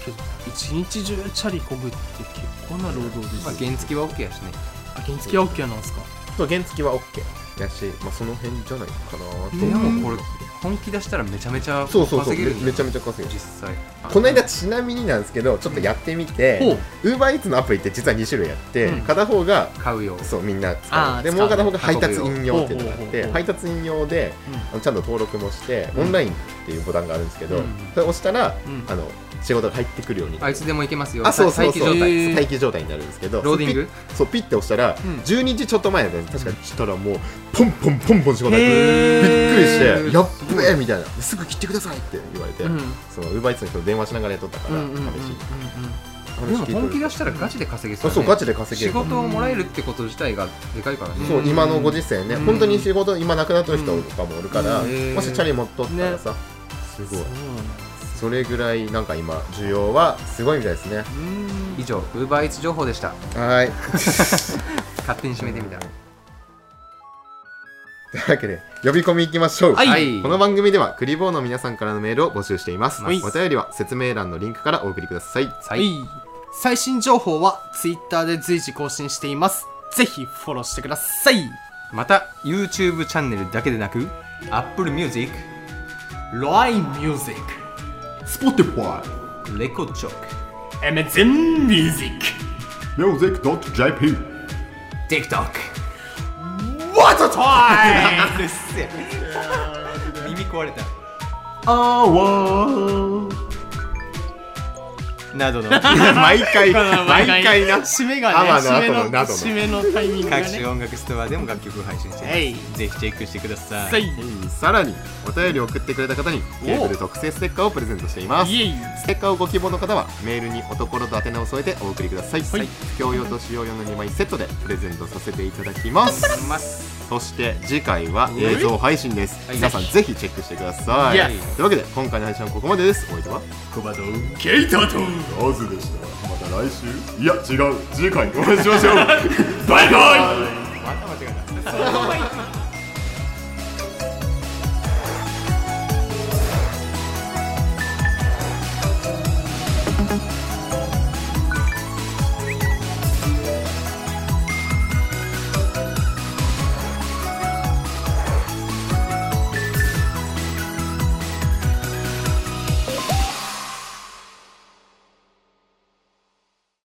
[SPEAKER 3] けど一日中チャリこぐって結構な労働です
[SPEAKER 5] まあ
[SPEAKER 3] よ、
[SPEAKER 5] 原付は OK やしね
[SPEAKER 3] あ、原付は OK なんですか
[SPEAKER 4] そう原付は OK やし、まあ、その辺じゃないかなと
[SPEAKER 5] でもこれ本気出したらめちゃめちゃ
[SPEAKER 4] そうそうそう
[SPEAKER 5] 稼げ
[SPEAKER 4] め
[SPEAKER 5] る
[SPEAKER 4] めちゃめ
[SPEAKER 5] ち
[SPEAKER 4] ちゃ稼ぐ
[SPEAKER 5] 実際
[SPEAKER 4] この間ちなみになんですけどちょっとやってみてウーバーイーツのアプリって実は2種類あって、
[SPEAKER 3] うん
[SPEAKER 4] 片方が
[SPEAKER 5] 買うよ
[SPEAKER 4] そうみんな使
[SPEAKER 3] あ
[SPEAKER 4] う
[SPEAKER 3] ー
[SPEAKER 4] で
[SPEAKER 3] 使う
[SPEAKER 4] もう片方が配達員用っていうのがあっ
[SPEAKER 3] ほうほうほう
[SPEAKER 4] て
[SPEAKER 3] ほう
[SPEAKER 4] 配達員用で
[SPEAKER 3] うん
[SPEAKER 4] あのちゃんと登録もして
[SPEAKER 3] ん
[SPEAKER 4] オンラインっていうボタンがあるんですけど、
[SPEAKER 5] うん
[SPEAKER 4] それ押したら、
[SPEAKER 3] うん
[SPEAKER 4] あの仕事が入ってくるように
[SPEAKER 5] あいつでも行けますよ
[SPEAKER 4] あそうそう
[SPEAKER 5] 待機
[SPEAKER 4] そう
[SPEAKER 5] 状態
[SPEAKER 3] へー
[SPEAKER 4] 待機状態になるんですけど
[SPEAKER 5] ローディング
[SPEAKER 4] そうピッそうピッて押したら、
[SPEAKER 3] ん
[SPEAKER 4] 12時ちょっと前だったんです確かしたらもうポンポンポンポン仕事入って
[SPEAKER 3] へ
[SPEAKER 4] くる
[SPEAKER 3] ー
[SPEAKER 4] びっくりしてやっべえみたいなすぐ切ってくださいって言われて、
[SPEAKER 3] うん
[SPEAKER 4] そのウーバーイーツの人と電話しながらやっとったから、試しに話
[SPEAKER 5] で
[SPEAKER 4] 聞
[SPEAKER 5] も
[SPEAKER 4] いとる
[SPEAKER 5] 本気出したらガチで稼げそう
[SPEAKER 4] あ
[SPEAKER 5] だ
[SPEAKER 4] そ
[SPEAKER 5] ね
[SPEAKER 4] うガチで稼げる
[SPEAKER 5] 仕事をもらえるってこと自体がでかいからね
[SPEAKER 4] そう、
[SPEAKER 3] うん
[SPEAKER 4] 今のご時世ね、
[SPEAKER 3] うん
[SPEAKER 4] 本当に仕事今なくなってる人とかもおるから、
[SPEAKER 5] うん
[SPEAKER 4] もしチャリ持っとったらさ、すごい
[SPEAKER 3] そ
[SPEAKER 4] それぐらいなんか今需要はすごいみたいですね
[SPEAKER 3] うなん
[SPEAKER 5] 以上 UberEats 情報でした
[SPEAKER 4] はい
[SPEAKER 5] 勝手に締めてみた
[SPEAKER 4] というわけで呼び込みいきましょう、
[SPEAKER 3] はい
[SPEAKER 4] この番組ではクリボーの皆さんからのメールを募集しています、
[SPEAKER 5] はい
[SPEAKER 4] お便りは説明欄のリンクからお送りください
[SPEAKER 5] は
[SPEAKER 3] はい最新情報は Twitter で随時更新していますぜひフォローしてください
[SPEAKER 5] また YouTube チャンネルだけでなく Apple Music、
[SPEAKER 3] LINE MUSIC
[SPEAKER 6] Spotify,
[SPEAKER 5] r e c o r d c h o k
[SPEAKER 3] Amazon MUSIC
[SPEAKER 6] music.jp.
[SPEAKER 5] TikTok
[SPEAKER 3] What a time!
[SPEAKER 5] 耳壊れた
[SPEAKER 6] Our
[SPEAKER 5] などの
[SPEAKER 4] 毎回毎回な
[SPEAKER 3] 締めがね
[SPEAKER 4] アワ
[SPEAKER 3] 締め
[SPEAKER 4] の後の
[SPEAKER 3] の
[SPEAKER 4] などの
[SPEAKER 3] 締めのタイミングが
[SPEAKER 5] 各
[SPEAKER 3] ね
[SPEAKER 5] 種音楽ストアでも楽曲を配信していますぜひチェックしてくださ
[SPEAKER 3] はいい
[SPEAKER 4] さらにお便りを送ってくれた方にケーブル特製ステッカーをプレゼントしています
[SPEAKER 3] イエイ
[SPEAKER 4] ステッカーをご希望の方はメールにおところと宛名を添えてお送りください、
[SPEAKER 3] はい
[SPEAKER 4] 不況用と使用用の2枚セットでプレゼントさせていただきますそして次回は映像配信です、皆さんぜひチェックしてください、
[SPEAKER 3] イエイ
[SPEAKER 4] というわけで今回の配信はここまでですお相手は
[SPEAKER 6] Oz でした。また来週いや違う次回にお会いしましょうバイバイ
[SPEAKER 2] また間違えた。そのまま行く